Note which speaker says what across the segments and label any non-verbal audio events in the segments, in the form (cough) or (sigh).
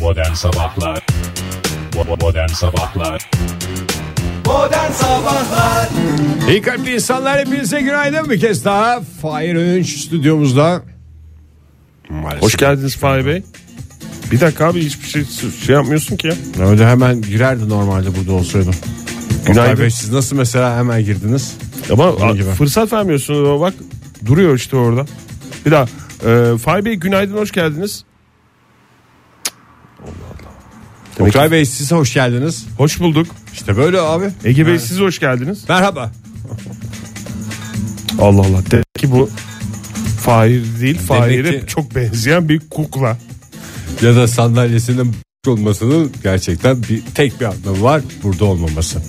Speaker 1: Modern Sabahlar Bo- Modern Sabahlar
Speaker 2: İyi kalpli insanlar hepinize günaydın bir kez daha. Fahir Öğünç stüdyomuzda. Maalesef.
Speaker 3: Hoş geldiniz Fahri Bey. Bir dakika abi hiçbir şey, şey yapmıyorsun ki ya.
Speaker 2: Öyle hemen girerdi normalde burada olsaydı. Günaydın.
Speaker 3: Günaydın.
Speaker 2: siz nasıl mesela hemen girdiniz?
Speaker 3: Ama
Speaker 2: Bunun gibi.
Speaker 3: a- fırsat vermiyorsunuz ama bak duruyor işte orada. Bir daha. Ee, Fahri Bey günaydın hoş geldiniz. Demek
Speaker 2: Oktay Bey siz hoş geldiniz.
Speaker 3: Hoş bulduk.
Speaker 2: İşte böyle abi.
Speaker 3: Ege Bey siz hoş geldiniz.
Speaker 2: Merhaba.
Speaker 3: Allah Allah. Demek ki bu Fahir değil Fahir'e
Speaker 2: ki-
Speaker 3: çok benzeyen bir kukla.
Speaker 2: Ya da sandalyesinin olmasının gerçekten bir tek bir anlamı var burada olmaması.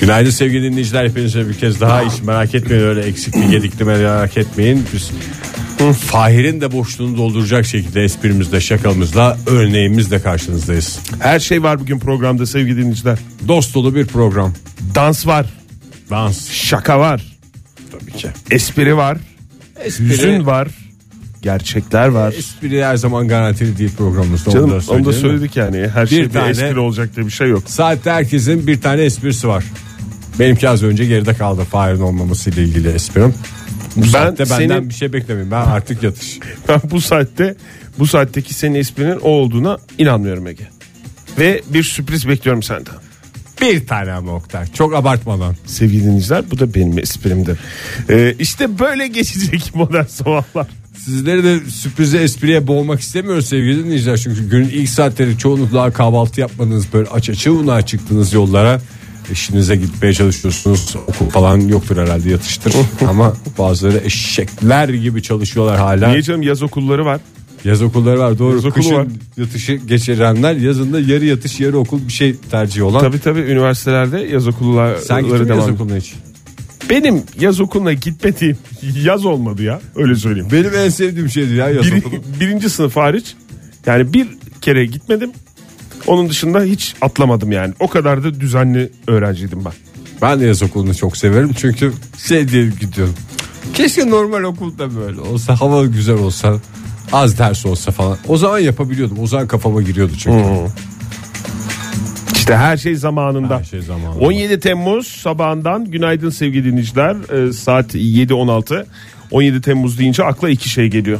Speaker 2: Günaydın sevgili dinleyiciler hepinize bir kez daha hiç merak etmeyin öyle eksikli gedikli merak etmeyin. Biz Fahir'in de boşluğunu dolduracak şekilde esprimizle şakamızla örneğimizle karşınızdayız.
Speaker 3: Her şey var bugün programda sevgili dinleyiciler.
Speaker 2: Dost dolu bir program.
Speaker 3: Dans var,
Speaker 2: Dans.
Speaker 3: şaka var,
Speaker 2: Tabii ki.
Speaker 3: espri var, hüzün var, gerçekler var.
Speaker 2: Espri her zaman garantili değil programımızda.
Speaker 3: Canım
Speaker 2: onu da,
Speaker 3: onu da
Speaker 2: söyleyelim.
Speaker 3: söyledik yani. Her şey bir
Speaker 2: tane-
Speaker 3: espri olacak diye bir şey yok. (laughs)
Speaker 2: Saatte herkesin bir tane esprisi var. Benimki az önce geride kaldı Fahir'in olmaması ile ilgili esprim. Bu
Speaker 3: Ben
Speaker 2: saatte benden
Speaker 3: senin-
Speaker 2: bir şey beklemeyin. Ben artık yatış.
Speaker 3: Ben bu saatte bu saatteki senin esprinin o olduğuna inanmıyorum Ege. Ve bir sürpriz bekliyorum senden.
Speaker 2: bir tane ama Oktay. Çok abartmadan.
Speaker 3: Sevgili dinleyiciler bu da benim esprimdir. Ee, işte böyle geçecek (laughs) modern sabahlar.
Speaker 2: Sizleri de sürprize espriye boğmak istemiyoruz sevgili dinleyiciler. Çünkü günün ilk saatleri çoğunlukla kahvaltı yapmadınız. Böyle aç açığına çıktınız yollara. İşinize gitmeye çalışıyorsunuz. Okul falan yoktur herhalde
Speaker 3: (laughs)
Speaker 2: yatıştır. ama bazıları eşekler gibi çalışıyorlar hala.
Speaker 3: Niye canım yaz okulları var.
Speaker 2: Yaz okulları var doğru.
Speaker 3: Yaz okulu
Speaker 2: Kışın
Speaker 3: var.
Speaker 2: yatışı geçirenler yazında yarı yatış yarı okul bir şey tercih olan.
Speaker 3: Tabii tabii üniversitelerde yaz okulları
Speaker 2: Sen gittin mi
Speaker 3: devam
Speaker 2: yaz
Speaker 3: ediyor.
Speaker 2: okuluna hiç?
Speaker 3: Benim yaz okuluna gitmediğim (laughs) yaz olmadı ya öyle söyleyeyim.
Speaker 2: Benim en sevdiğim
Speaker 3: şey
Speaker 2: şeydi ya yaz
Speaker 3: Bir-
Speaker 2: okulu.
Speaker 3: birinci sınıf hariç yani bir kere gitmedim. Onun dışında hiç atlamadım yani. O kadar da düzenli öğrenciydim ben.
Speaker 2: (laughs) Ben de yaz okulunu çok severim çünkü şey diye gidiyorum. Keşke normal okulda böyle olsa hava güzel olsa az ders olsa falan. O zaman yapabiliyordum. O zaman kafama giriyordu çünkü.
Speaker 3: İşte her şey zamanında.
Speaker 2: Her şey zamanında.
Speaker 3: 17 Temmuz sabahından günaydın sevgili dinleyiciler. Ee, saat 7.16. 17 Temmuz deyince akla iki şey geliyor.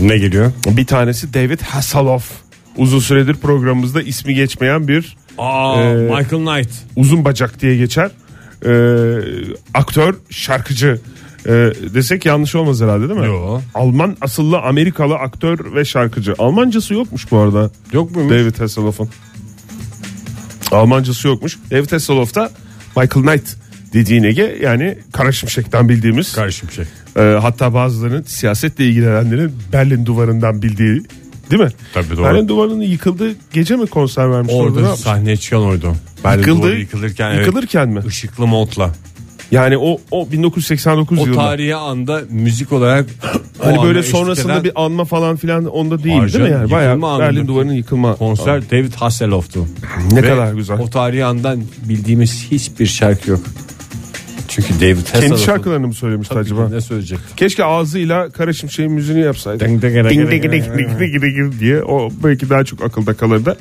Speaker 2: Ne geliyor?
Speaker 3: Bir tanesi David Hasselhoff. Uzun süredir programımızda ismi geçmeyen bir
Speaker 2: Aa,
Speaker 3: Ee,
Speaker 2: Michael Knight.
Speaker 3: uzun bacak diye geçer. Ee, aktör, şarkıcı Ee, desek yanlış olmaz herhalde değil mi?
Speaker 2: Yo.
Speaker 3: Alman asıllı Amerikalı aktör ve şarkıcı. Almancası yokmuş bu arada.
Speaker 2: Yok muymuş?
Speaker 3: David Hasselhoff'un. Almancası yokmuş. David Hasselhoff da Michael Knight dediğin Ege yani Kara Şimşek'ten bildiğimiz
Speaker 2: Karışım şey.
Speaker 3: e, hatta bazılarının siyasetle ilgilenenlerin Berlin duvarından bildiği değil mi?
Speaker 2: Tabii, doğru.
Speaker 3: Berlin duvarının yıkıldığı gece mi konser vermiş orada? ne
Speaker 2: Orada
Speaker 3: yapmış?
Speaker 2: sahneye çıkan oydu. Ben de
Speaker 3: Yıkıldı-
Speaker 2: duvarı yıkılırken, evet,
Speaker 3: yıkılırken mi?
Speaker 2: ışıklı montla.
Speaker 3: Yani o o 1989
Speaker 2: O
Speaker 3: yılında.
Speaker 2: tarihi anda müzik (clears throat) olarak o
Speaker 3: hani
Speaker 2: anda
Speaker 3: böyle
Speaker 2: eşlik
Speaker 3: sonrasında
Speaker 2: eden
Speaker 3: bir anma falan filan onda değil
Speaker 2: Harcan,
Speaker 3: değil mi yani? Bayağı
Speaker 2: yıkılma
Speaker 3: Berlin
Speaker 2: anındaki
Speaker 3: duvarının yıkılma.
Speaker 2: konser David Hasselhoff'tu.
Speaker 3: Ne
Speaker 2: Ve
Speaker 3: kadar güzel.
Speaker 2: O tarihi andan bildiğimiz hiçbir şarkı yok. Çünkü David Hasselhoff'un
Speaker 3: Kendi şarkılarını mı söylemişti
Speaker 2: Tabii ki
Speaker 3: acaba?
Speaker 2: ne söyleyecek?
Speaker 3: Keşke ağzıyla Kara Şimşek'in müziğini yapsaydı.
Speaker 2: Ding
Speaker 3: Ding
Speaker 2: ding ding
Speaker 3: ding
Speaker 2: ding
Speaker 3: ding ding ding ding diye o belki daha çok akılda kalırdı.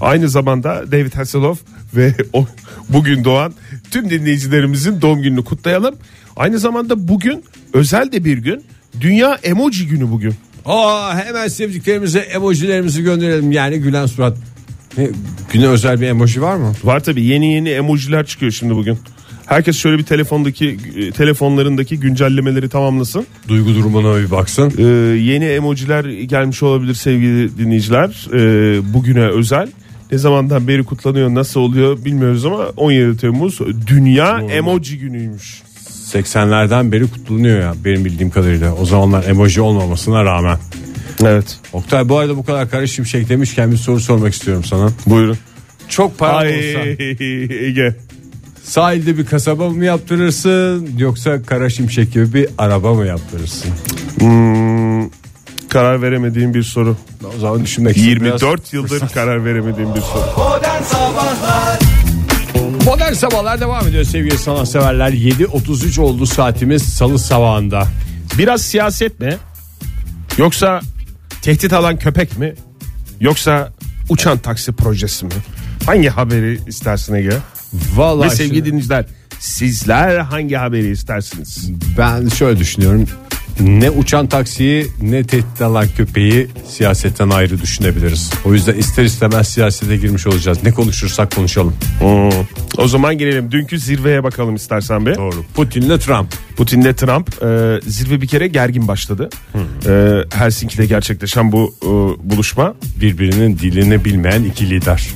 Speaker 3: Aynı zamanda David Hasselhoff ve o bugün doğan tüm dinleyicilerimizin doğum gününü kutlayalım. Aynı zamanda bugün özel de bir gün. Dünya Emoji Günü bugün.
Speaker 2: Aa hemen sevdiklerimize emojilerimizi gönderelim. Yani gülen surat. Ne, güne özel bir emoji var mı?
Speaker 3: Var tabii yeni yeni emojiler çıkıyor şimdi bugün. Herkes şöyle bir telefondaki e, telefonlarındaki güncellemeleri tamamlasın.
Speaker 2: Duygu durumuna bir baksın.
Speaker 3: Ee, yeni emojiler gelmiş olabilir sevgili dinleyiciler. Ee, bugüne özel. Ne zamandan beri kutlanıyor nasıl oluyor bilmiyoruz ama 17 Temmuz Dünya Emoji Günü'ymüş.
Speaker 2: 80'lerden beri kutlanıyor ya benim bildiğim kadarıyla. O zamanlar emoji olmamasına rağmen.
Speaker 3: Evet
Speaker 2: Oktay bu arada bu kadar Kara Şimşek demişken bir soru sormak istiyorum sana.
Speaker 3: buyurun.
Speaker 2: Çok para
Speaker 3: Ay
Speaker 2: olsa
Speaker 3: Ege.
Speaker 2: sahilde bir kasaba mı yaptırırsın yoksa Kara Şimşek gibi bir araba mı yaptırırsın?
Speaker 3: Hmm, karar veremediğim bir soru.
Speaker 2: O zaman düşünmek istedim.
Speaker 3: 24 yıldır karar veremediğim bir soru.
Speaker 2: Modern sabahlar devam ediyor sevgili sanatseverler. 7.33 oldu saatimiz salı sabahında.
Speaker 3: Biraz siyaset mi? Yoksa tehdit alan köpek mi? Yoksa uçan taksi projesi mi? Hangi haberi istersin Ege?
Speaker 2: Vallahi
Speaker 3: Ve sevgili
Speaker 2: şimdi
Speaker 3: dinleyiciler sizler hangi haberi istersiniz?
Speaker 2: ben şöyle düşünüyorum. Ne uçan taksiyi ne tehdit alan köpeği siyasetten ayrı düşünebiliriz. O yüzden ister istemez siyasete girmiş olacağız. Ne konuşursak konuşalım.
Speaker 3: Hmm. O zaman gelelim dünkü zirveye bakalım istersen bir.
Speaker 2: Doğru. Putin'le Trump.
Speaker 3: Putin'le Trump e, zirve bir kere gergin başladı.
Speaker 2: Hmm.
Speaker 3: E, Helsinki'de gerçekleşen bu e, buluşma.
Speaker 2: Birbirinin dilini bilmeyen iki lider.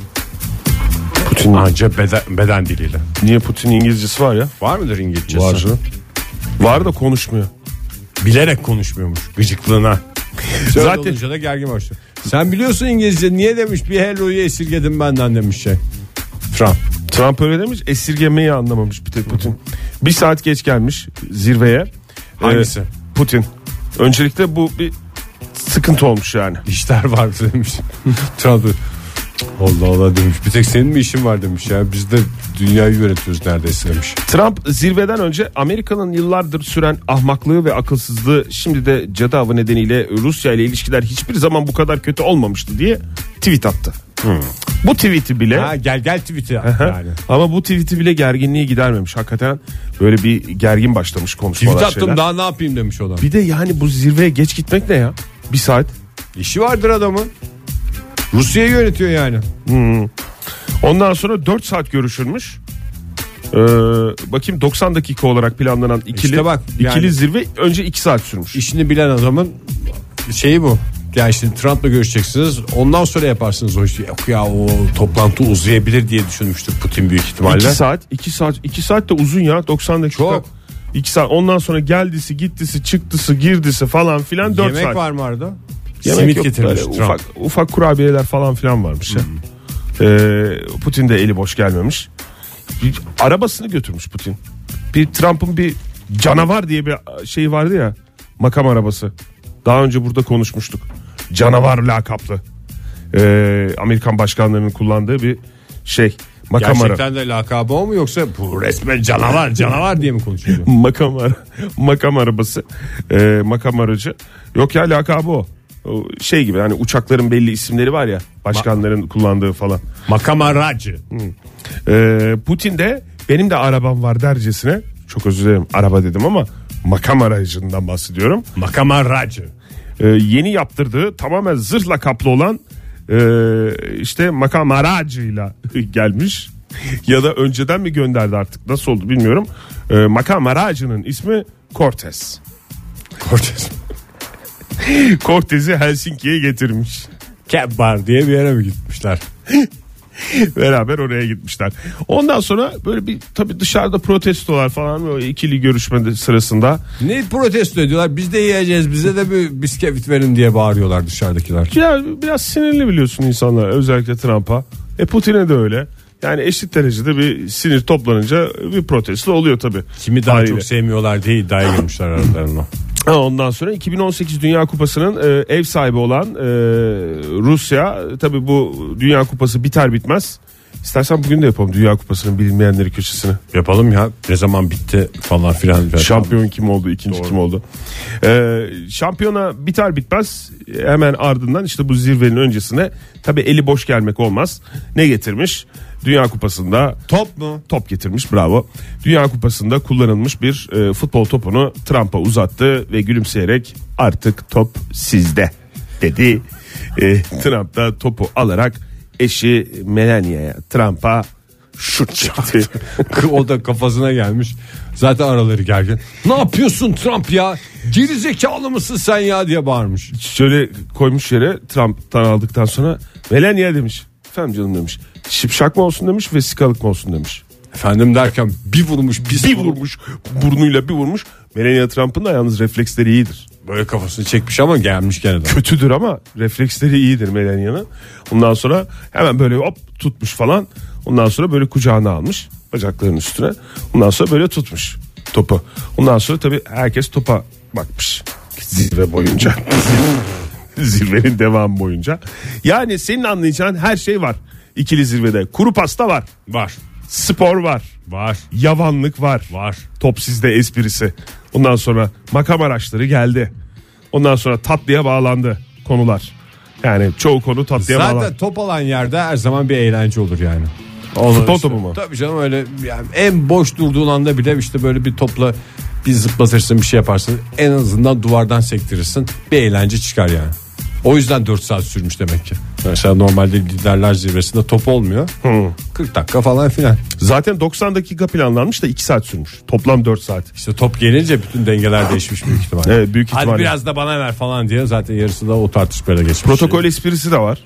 Speaker 3: Putin
Speaker 2: Anca beden, beden diliyle.
Speaker 3: niye Putin İngilizcesi var ya?
Speaker 2: Var mıdır İngilizcesi?
Speaker 3: Var canım. Var da konuşmuyor.
Speaker 2: Bilerek konuşmuyormuş
Speaker 3: (laughs)
Speaker 2: gıcıklığına.
Speaker 3: Zaten-
Speaker 2: Zaten olunca da gergin başlıyor. Sen biliyorsun İngilizce niye demiş bir hello'yu esirgedim benden demiş şey. Trump.
Speaker 3: Trump öyle demiş esirgemeyi anlamamış bir tek Putin. Bir saat geç gelmiş zirveye.
Speaker 2: Hangisi?
Speaker 3: E, Putin. Öncelikle bu bir sıkıntı olmuş yani.
Speaker 2: İşler var
Speaker 3: (laughs)
Speaker 2: demiş. Trump da, Allah Allah demiş. Bir tek senin mi işin var demiş ya. Biz de dünyayı yönetiyoruz neredeyse demiş.
Speaker 3: Trump zirveden önce Amerika'nın yıllardır süren ahmaklığı ve akılsızlığı şimdi de cadı avı nedeniyle Rusya ile ilişkiler hiçbir zaman bu kadar kötü olmamıştı diye tweet attı. Bu tweet'i bile
Speaker 2: Ha gel gel tweet'i at yani.
Speaker 3: ama bu tweet'i bile gerginliği gidermemiş. Hakikaten böyle bir gergin başlamış konuşmalar.
Speaker 2: Tweet attım
Speaker 3: şeyler.
Speaker 2: daha ne yapayım demiş o da.
Speaker 3: Bir de yani bu zirveye geç gitmek ne ya? Bir saat.
Speaker 2: İşi vardır adamın. Rusya'yı yönetiyor yani.
Speaker 3: Ondan sonra 4 saat görüşülmüş. Ee, bakayım 90 dakika olarak planlanan ikili
Speaker 2: İşte bak, yani-
Speaker 3: ikili zirve önce 2 saat sürmüş.
Speaker 2: işini bilen adamın şeyi bu. Yani şimdi Trump'la görüşeceksiniz. Ondan sonra yaparsınız o işi. Yok ya o toplantı uzayabilir diye düşünmüştür Putin büyük ihtimalle.
Speaker 3: 2 saat 2 saat 2 saat de uzun ya 90 dakika.
Speaker 2: Çok.
Speaker 3: 2 saat ondan sonra geldisi gittisi çıktısı girdisi falan filan 4
Speaker 2: Yemek
Speaker 3: saat.
Speaker 2: var mı arada?
Speaker 3: Yemek
Speaker 2: Simit
Speaker 3: yok,
Speaker 2: getirmiş
Speaker 3: böyle
Speaker 2: Trump.
Speaker 3: Ufak, ufak kurabiyeler falan filan varmış ya. Ee, Putin de eli boş gelmemiş. Bir- Arabasını götürmüş Putin. Bir Trump'ın bir canavar diye bir şey vardı ya. Makam arabası. Daha önce burada konuşmuştuk. Canavar lakaplı. Ee, Amerikan başkanlarının kullandığı bir şey. Makam ara-
Speaker 2: Gerçekten de lakabı o mu yoksa bu resmen canavar canavar diye mi konuşuyor?
Speaker 3: (laughs) makam ara- makam arabası Ee, makam aracı yok ya lakabı o. O şey gibi hani uçakların belli isimleri var ya başkanların kullandığı falan
Speaker 2: Makam aracı.
Speaker 3: Ee, Putin de benim de arabam var dercesine çok özür dilerim araba dedim ama makam aracından bahsediyorum
Speaker 2: Makam aracı.
Speaker 3: Ee, yeni yaptırdığı tamamen zırhla kaplı olan ee, işte makam aracıyla (laughs) gelmiş ya da önceden mi gönderdi artık nasıl oldu bilmiyorum Ee, makam aracının ismi Cortez
Speaker 2: Cortez.
Speaker 3: Cortez'i Helsinki'ye getirmiş.
Speaker 2: Cab bar diye bir yere mi gitmişler?
Speaker 3: Beraber oraya gitmişler. Ondan sonra böyle bir tabii dışarıda protestolar falan böyle ikili görüşme de- sırasında.
Speaker 2: Ne protesto ediyorlar? Biz de yiyeceğiz. Bize de bir bisküvit verin diye bağırıyorlar dışarıdakiler.
Speaker 3: Ya biraz sinirli biliyorsun insanlar özellikle Trump'a. E Putin'e de öyle. Yani eşit derecede bir sinir toplanınca bir protesto oluyor tabii.
Speaker 2: Kimi daha
Speaker 3: Haliyle.
Speaker 2: çok sevmiyorlar diye iddiaya girmişler aralarına.
Speaker 3: Ha, Ondan sonra 2018 Dünya Kupası'nın e, ev sahibi olan e, Rusya tabii bu Dünya Kupası biter bitmez. İstersen bugün de yapalım Dünya Kupası'nın bilinmeyenleri köşesini.
Speaker 2: Yapalım ya ne zaman bitti falan filan. filan.
Speaker 3: Şampiyon kim oldu, ikinci kim oldu? Ee, şampiyona biter bitmez hemen ardından işte bu zirvenin öncesine tabii eli boş gelmek olmaz. Ne getirmiş? Dünya Kupası'nda
Speaker 2: Top mu?
Speaker 3: top getirmiş bravo. Dünya Kupası'nda kullanılmış bir e, futbol topunu Trump'a uzattı ve gülümseyerek artık top sizde dedi. E, Trump da topu alarak eşi Melania'ya Trump'a şut çaktı.
Speaker 2: (laughs) o da kafasına gelmiş. Zaten araları gergin. Ne yapıyorsun Trump ya? Geri zekalı mısın sen ya diye bağırmış.
Speaker 3: şöyle koymuş yere Trump'tan aldıktan sonra Melania demiş. Efendim canım demiş. Şipşak mı olsun demiş vesikalık mı olsun demiş.
Speaker 2: Efendim derken bir vurmuş pis
Speaker 3: Bir vurmuş burnuyla bir vurmuş. Melania Trump'ın da yalnız refleksleri iyidir.
Speaker 2: Böyle kafasını çekmiş ama gelmiş gene de.
Speaker 3: Kötüdür ama refleksleri iyidir Melania'nın. Ondan sonra hemen böyle hop tutmuş falan. Ondan sonra böyle kucağına almış bacaklarının üstüne. Ondan sonra böyle tutmuş topu. Ondan sonra tabii herkes topa bakmış. Zirve boyunca. (laughs) zirvenin devamı boyunca. Yani senin anlayacağın her şey var. İkili zirvede kuru pasta var,
Speaker 2: Var.
Speaker 3: spor var,
Speaker 2: Var.
Speaker 3: yavanlık var.
Speaker 2: Var.
Speaker 3: Top sizde esprisi. Ondan sonra makam araçları geldi. Ondan sonra tatlıya bağlandı konular. Yani çoğu konu tatlıya bağlan.
Speaker 2: Zaten top alan yerde her zaman bir eğlence olur yani. Olur
Speaker 3: Futbol topu mu?
Speaker 2: Tabii canım öyle yani en boş durduğun anda bile işte böyle bir topla bir zıplatırsın bir şey yaparsın. En azından duvardan sektirirsin. Bir eğlence çıkar yani. O yüzden 4 saat sürmüş demek ki. Mesela normalde liderler zirvesinde top olmuyor. 40 dakika falan filan.
Speaker 3: Zaten 90 dakika planlanmış da 2 saat sürmüş. Toplam 4 saat.
Speaker 2: İşte top gelince bütün dengeler değişmiş büyük ihtimalle.
Speaker 3: Evet, büyük ihtimalle.
Speaker 2: Hadi biraz da bana ver falan diye zaten yarısı da o tartışmayla geçmiş.
Speaker 3: Protokol esprisi de var.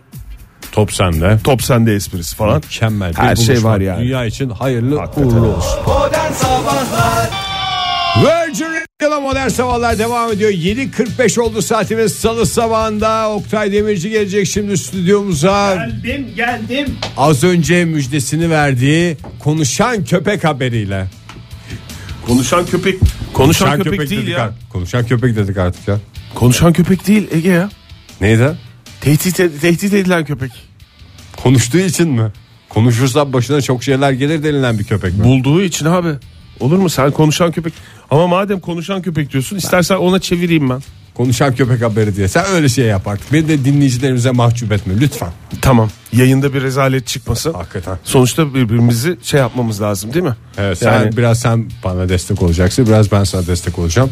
Speaker 2: top sende.
Speaker 3: Top sende esprisi falan.
Speaker 2: Mükemmel bir
Speaker 3: Her şey
Speaker 2: buluşma.
Speaker 3: var yani.
Speaker 2: Dünya için hayırlı
Speaker 3: Hakikaten.
Speaker 2: uğurlu olsun. Virgin Radio'da modern sabahlar devam ediyor. 7.45 oldu saatimiz salı sabahında. Oktay Demirci gelecek şimdi stüdyomuza.
Speaker 4: Geldim geldim.
Speaker 2: Az önce müjdesini verdiği konuşan köpek haberiyle.
Speaker 3: Konuşan köpek. Konuşan köpek, değil
Speaker 2: dedik
Speaker 3: ya.
Speaker 2: artık. Konuşan köpek dedik artık ya.
Speaker 3: Konuşan köpek değil Ege ya.
Speaker 2: Neydi?
Speaker 3: Tehdit, tehdit edilen köpek.
Speaker 2: Konuştuğu için mi? Konuşursa başına çok şeyler gelir denilen bir köpek mi?
Speaker 3: Bulduğu için abi. Olur mu sen konuşan köpek? Ama madem konuşan köpek diyorsun istersen ona çevireyim ben.
Speaker 2: Konuşan köpek haberi diye. Sen öyle şey yap artık. Beni de dinleyicilerimize mahcup etme lütfen.
Speaker 3: Tamam. Yayında bir rezalet çıkmasın.
Speaker 2: Hakikaten.
Speaker 3: Sonuçta birbirimizi şey yapmamız lazım değil mi?
Speaker 2: Evet, Ee, sen
Speaker 3: Yani
Speaker 2: biraz sen bana destek olacaksın, biraz ben sana destek olacağım.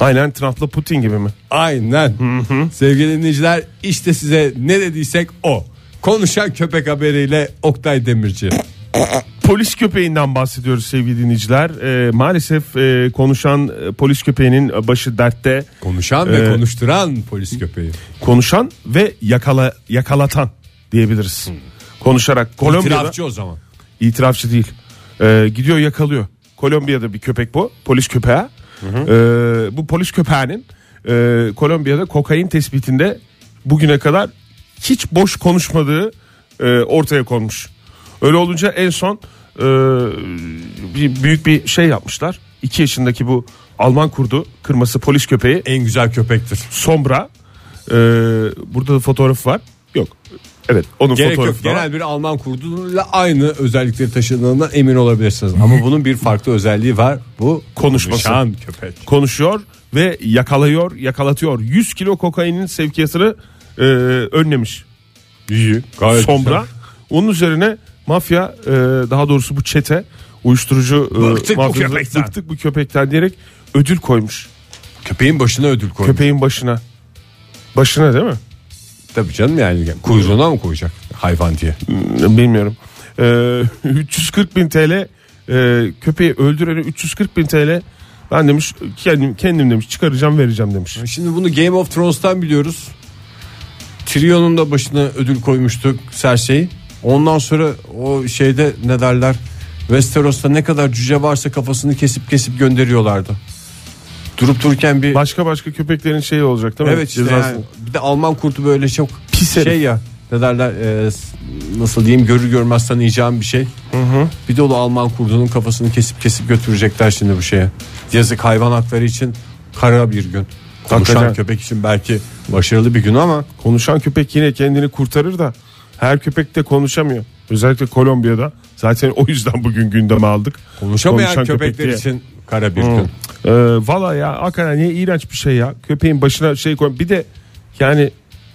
Speaker 3: aynen Trump'la Putin gibi mi?
Speaker 2: Aynen. Sevgili dinleyiciler, işte size ne dediysek o. Konuşan köpek haberiyle Oktay Demirci.
Speaker 3: Polis köpeğinden bahsediyoruz sevgili dinleyiciler. Ee, maalesef e, konuşan e, polis köpeğinin başı dertte.
Speaker 2: Konuşan ve
Speaker 3: Ee,
Speaker 2: konuşturan polis köpeği.
Speaker 3: Konuşan ve yakala yakalatan diyebiliriz. Konuşarak Kolombiya'da
Speaker 2: İtirafçı o zaman.
Speaker 3: itirafçı değil. Ee, gidiyor yakalıyor. Kolombiya'da bir köpek bu. Polis köpeği. Ee, bu polis köpeğinin e, Kolombiya'da kokain tespitinde bugüne kadar hiç boş konuşmadığı e, ortaya konmuş. Öyle olunca en son e, bir, büyük bir şey yapmışlar. 2 yaşındaki bu Alman kurdu kırması polis köpeği e,
Speaker 2: En güzel köpektir.
Speaker 3: Sombra. E, burada da fotoğraf var. Yok. Evet onun
Speaker 2: Gerek yok.
Speaker 3: fotoğrafı da var.
Speaker 2: Genel bir Alman kurduyla aynı özellikleri taşıdığından emin olabilirsiniz. Ama bunun bir farklı özelliği var. Bu
Speaker 3: Konuşması.
Speaker 2: konuşan köpek.
Speaker 3: konuşuyor ve yakalıyor, yakalatıyor. 100 kilo kokainin sevkiyatını e, önlemiş.
Speaker 2: İyi. Gayet
Speaker 3: Sombra. Onun üzerine mafya e, daha doğrusu bu çete uyuşturucu e,
Speaker 2: Bıktık bu
Speaker 3: mafyası-
Speaker 2: köpekten.
Speaker 3: bıktık bu köpekten diyerek ödül koymuş.
Speaker 2: Köpeğin başına ödül koymuş.
Speaker 3: Köpeğin başına. Başına değil mi?
Speaker 2: Tabii canım yani kuyruğuna mı koyacak hayvan diye. Hmm,
Speaker 3: Bilmiyorum. E, (laughs) 340 bin TL e, köpeği öldürene 340 bin TL ben demiş kendim, kendim demiş çıkaracağım vereceğim demiş.
Speaker 2: Şimdi bunu Game of Thrones'tan biliyoruz. Tyrion'un da başına ödül koymuştuk Cersei. Ondan sonra o şeyde ne derler? Westeros'ta ne kadar cüce varsa kafasını kesip kesip gönderiyorlardı. Durup dururken bir
Speaker 3: Başka başka köpeklerin şeyi olacak değil mi?
Speaker 2: evet işte
Speaker 3: Cezası.
Speaker 2: yani bir de Alman kurtu böyle çok
Speaker 3: Pis herif.
Speaker 2: şey ya ne derler e, s- nasıl diyeyim görür görmez tanıyacağım bir şey. Bir dolu Alman kurdunun kafasını kesip kesip götürecekler şimdi bu şeye. Yazık hayvan hakları için kara bir gün. Konuşan
Speaker 3: Hakikaten.
Speaker 2: köpek için belki başarılı bir gün ama
Speaker 3: Konuşan köpek yine kendini kurtarır da her köpek de konuşamıyor. Özellikle Kolombiya'da. Zaten o yüzden bugün gündeme aldık.
Speaker 2: konuşamayan
Speaker 3: Konuşan köpek
Speaker 2: köpekler
Speaker 3: diye.
Speaker 2: için kara bir gün.
Speaker 3: Ee, Valla ya hakikaten ne iğrenç bir şey ya. Köpeğin başına şey koy. Bir de yani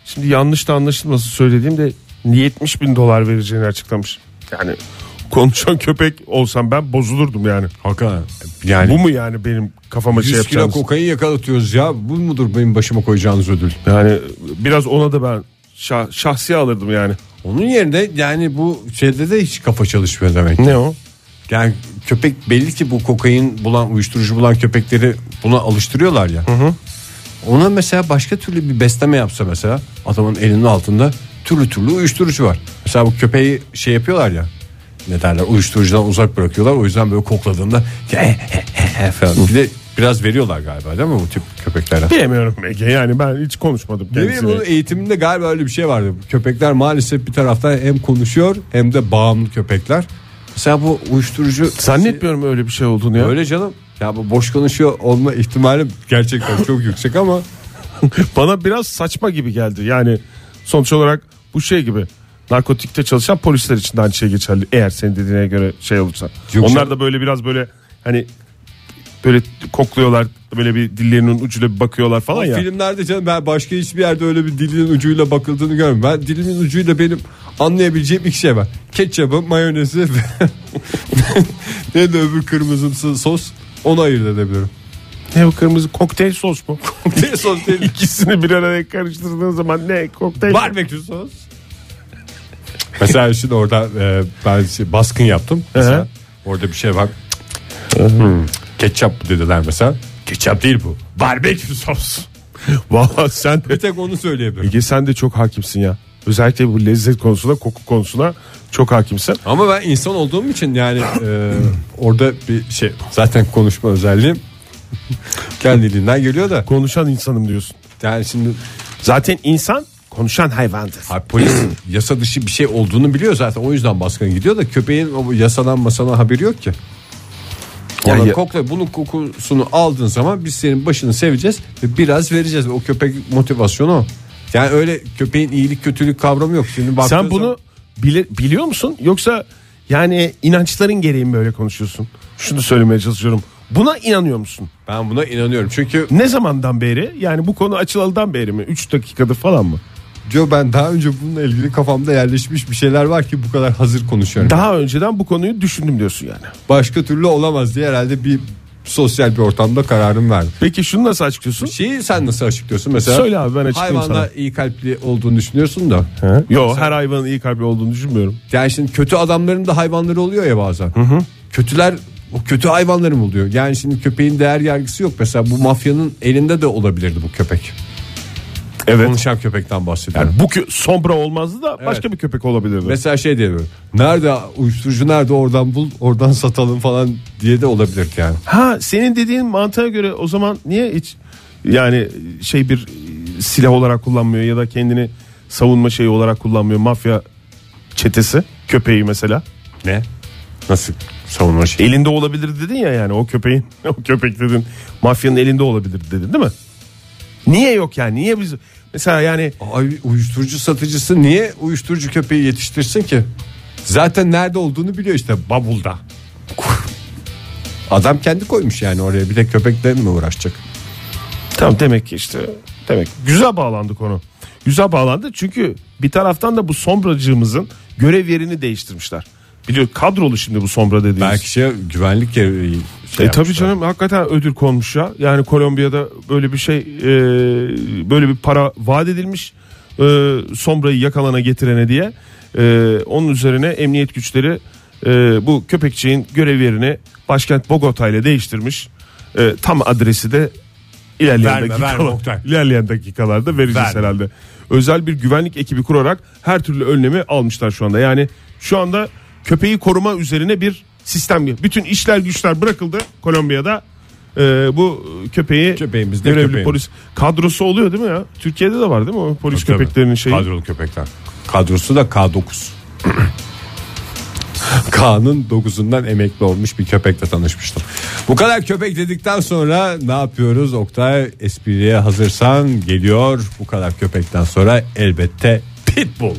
Speaker 3: şimdi yanlış da anlaşılmasın söylediğimde 70 bin dolar vereceğini açıklamış. Yani konuşan köpek olsam ben bozulurdum yani.
Speaker 2: Hakikaten yani
Speaker 3: Bu mu yani benim kafama şey
Speaker 2: 100 kilo
Speaker 3: yapacağınız?
Speaker 2: kokain yakalatıyoruz ya bu mudur benim başıma koyacağınız ödül?
Speaker 3: Yani biraz ona da ben şah, şahsiye alırdım yani.
Speaker 2: Onun yerine yani bu şeyde de hiç kafa çalışmıyor demek.
Speaker 3: Ne o?
Speaker 2: Yani köpek belli ki bu kokain bulan uyuşturucu bulan köpekleri buna alıştırıyorlar ya. Ona mesela başka türlü bir besleme yapsa mesela adamın elinin altında türlü türlü uyuşturucu var. Mesela bu köpeği şey yapıyorlar ya ne derler uyuşturucudan uzak bırakıyorlar o yüzden böyle kokladığında falan. Bir de biraz veriyorlar galiba değil mi bu tip köpeklere?
Speaker 3: Bilemiyorum Ege yani ben hiç konuşmadım
Speaker 2: Ne bileyim
Speaker 3: kendisiyle.
Speaker 2: bunun eğitiminde galiba öyle bir şey vardı. Köpekler maalesef bir taraftan hem konuşuyor hem de bağımlı köpekler. Mesela bu uyuşturucu
Speaker 3: Zannetmiyorum öyle bir şey olduğunu ya.
Speaker 2: Öyle canım. Ya bu boş konuşuyor olma ihtimalim gerçekten
Speaker 3: (laughs)
Speaker 2: çok yüksek ama
Speaker 3: (laughs) Bana biraz saçma gibi geldi. Yani sonuç olarak bu şey gibi narkotikte çalışan polisler için de aynı şey geçerli. Eğer senin dediğine göre şey olursa.
Speaker 2: Yok
Speaker 3: Onlar
Speaker 2: canım.
Speaker 3: da böyle biraz böyle hani böyle kokluyorlar böyle bir dillerinin ucuyla bir bakıyorlar falan
Speaker 2: O
Speaker 3: ya.
Speaker 2: filmlerde canım ben başka hiçbir yerde öyle bir dilinin ucuyla bakıldığını görmedim. Ben dilinin ucuyla benim anlayabileceğim iki şey var. Ketçabı, mayonezi ve (laughs) ne de öbür kırmızımsı sos onu ayırt
Speaker 3: (laughs)
Speaker 2: edebilirim.
Speaker 3: Ne bu kırmızı kokteyl sos mu? (laughs)
Speaker 2: ne sos değil.
Speaker 3: İkisini bir araya karıştırdığın zaman ne kokteyl?
Speaker 2: Barbekü sos. Mesela şimdi orada e, ben şey- baskın yaptım. Mesela
Speaker 3: Hı hı.
Speaker 2: orada bir şey var. Hmm, ketçap dediler mesela. Ketçap değil bu.
Speaker 3: Barbekü sos. (laughs) Valla sen de,
Speaker 2: Bir tek onu söyleyebilirim.
Speaker 3: Ege sen de çok hakimsin ya. Özellikle bu lezzet konusuna, koku konusuna çok hakimsin.
Speaker 2: Ama ben insan olduğum için yani e, orada bir şey zaten konuşma özelliğim (laughs) kendiliğinden geliyor da
Speaker 3: Konuşan insanım diyorsun.
Speaker 2: yani şimdi
Speaker 3: Zaten insan konuşan hayvandır.
Speaker 2: ha, polis
Speaker 3: (clears throat)
Speaker 2: yasa dışı bir şey olduğunu biliyor zaten o yüzden baskına gidiyor da köpeğin o yasadan masana haberi yok ki.
Speaker 3: Ya-
Speaker 2: Ona
Speaker 3: ya-
Speaker 2: kokla bunun kokusunu aldığın zaman biz senin başını seveceğiz ve biraz vereceğiz. O köpek motivasyonu o. Yani öyle köpeğin iyilik kötülük kavramı yok. Şimdi baktığın
Speaker 3: Sen
Speaker 2: zaman-
Speaker 3: bunu bile- biliyor musun? Yoksa yani inançların gereği mi böyle konuşuyorsun? Şunu söylemeye çalışıyorum. Buna inanıyor musun?
Speaker 2: ben buna inanıyorum. Çünkü
Speaker 3: Ne zamandan beri? Yani bu konu açılalıdan beri mi? 3 dakikadır falan mı?
Speaker 2: diyor ben daha önce bununla ilgili kafamda yerleşmiş bir şeyler var ki bu kadar hazır konuşuyorum.
Speaker 3: Daha önceden bu konuyu düşündüm diyorsun yani.
Speaker 2: Başka türlü olamaz diye herhalde bir sosyal bir ortamda kararım verdim.
Speaker 3: Peki şunu nasıl açıklıyorsun?
Speaker 2: Şeyi sen nasıl açıklıyorsun mesela?
Speaker 3: Söyle abi, ben açıklayayım
Speaker 2: Hayvanla iyi kalpli olduğunu düşünüyorsun da.
Speaker 3: Yo her hayvanın iyi kalbi olduğunu düşünmüyorum.
Speaker 2: Yani şimdi kötü adamların da hayvanları oluyor ya bazen. Kötüler o kötü hayvanları mı oluyor? Yani şimdi köpeğin değer yargısı yok. Mesela bu mafyanın elinde de olabilirdi bu köpek.
Speaker 3: Evet.
Speaker 2: Konuşan köpekten bahsediyorum.
Speaker 3: Bu kö- sombra olmazdı da başka bir köpek olabilirdi.
Speaker 2: Mesela şey diye böyle, Nerede uyuşturucu nerede oradan bul oradan satalım falan diye de olabilir yani.
Speaker 3: ha senin dediğin mantığa göre o zaman niye hiç yani şey bir e, silah olarak kullanmıyor ya da kendini savunma şeyi olarak kullanmıyor mafya çetesi köpeği mesela.
Speaker 2: Ne? Nasıl savunma şeyi?
Speaker 3: Elinde olabilir dedin ya yani o köpeğin (laughs) o köpek dedin mafyanın elinde olabilir dedin değil mi? Niye yok yani niye biz mesela yani
Speaker 2: Ay uyuşturucu satıcısı niye uyuşturucu köpeği yetiştirsin ki? Zaten nerede olduğunu biliyor işte bavulda. Adam kendi koymuş yani oraya bir de köpekle mi uğraşacak?
Speaker 3: Tamam demek ki işte demek güzel bağlandı konu. Güzel bağlandı çünkü bir taraftan da bu sombracığımızın görev yerini değiştirmişler. Biliyor kadrolu şimdi bu sombra dediğimiz.
Speaker 2: Belki şey güvenlik yeri şey
Speaker 3: e tabii
Speaker 2: yapmışlar.
Speaker 3: canım hakikaten ödül konmuş ya. Yani Kolombiya'da böyle bir şey e, böyle bir para vaat edilmiş. E, sombrayı yakalana getirene diye. E, onun üzerine emniyet güçleri e, bu köpekçiğin görev yerini başkent Bogota ile değiştirmiş. E, tam adresi de ilerleyen,
Speaker 2: Verme,
Speaker 3: dakikalar-
Speaker 2: verme Oktay.
Speaker 3: ilerleyen dakikalarda vereceğiz
Speaker 2: Verme.
Speaker 3: herhalde. Özel bir güvenlik ekibi kurarak her türlü önlemi almışlar şu anda. Yani şu anda köpeği koruma üzerine bir sistem. Bütün işler güçler bırakıldı Kolombiya'da. Ee, bu köpeği
Speaker 2: Köpeğimiz de
Speaker 3: görevli
Speaker 2: köpeğimiz.
Speaker 3: polis kadrosu oluyor değil mi ya? Türkiye'de de var değil mi o polis
Speaker 2: Tabii.
Speaker 3: köpeklerinin şeyi?
Speaker 2: Kadrolu köpekler. Kadrosu da K9. (clears throat) K'nın 9'undan emekli olmuş bir köpekle tanışmıştım. Bu kadar köpek dedikten sonra ne yapıyoruz? Oktay espriye hazırsan geliyor. Bu kadar köpekten sonra elbette pitbull.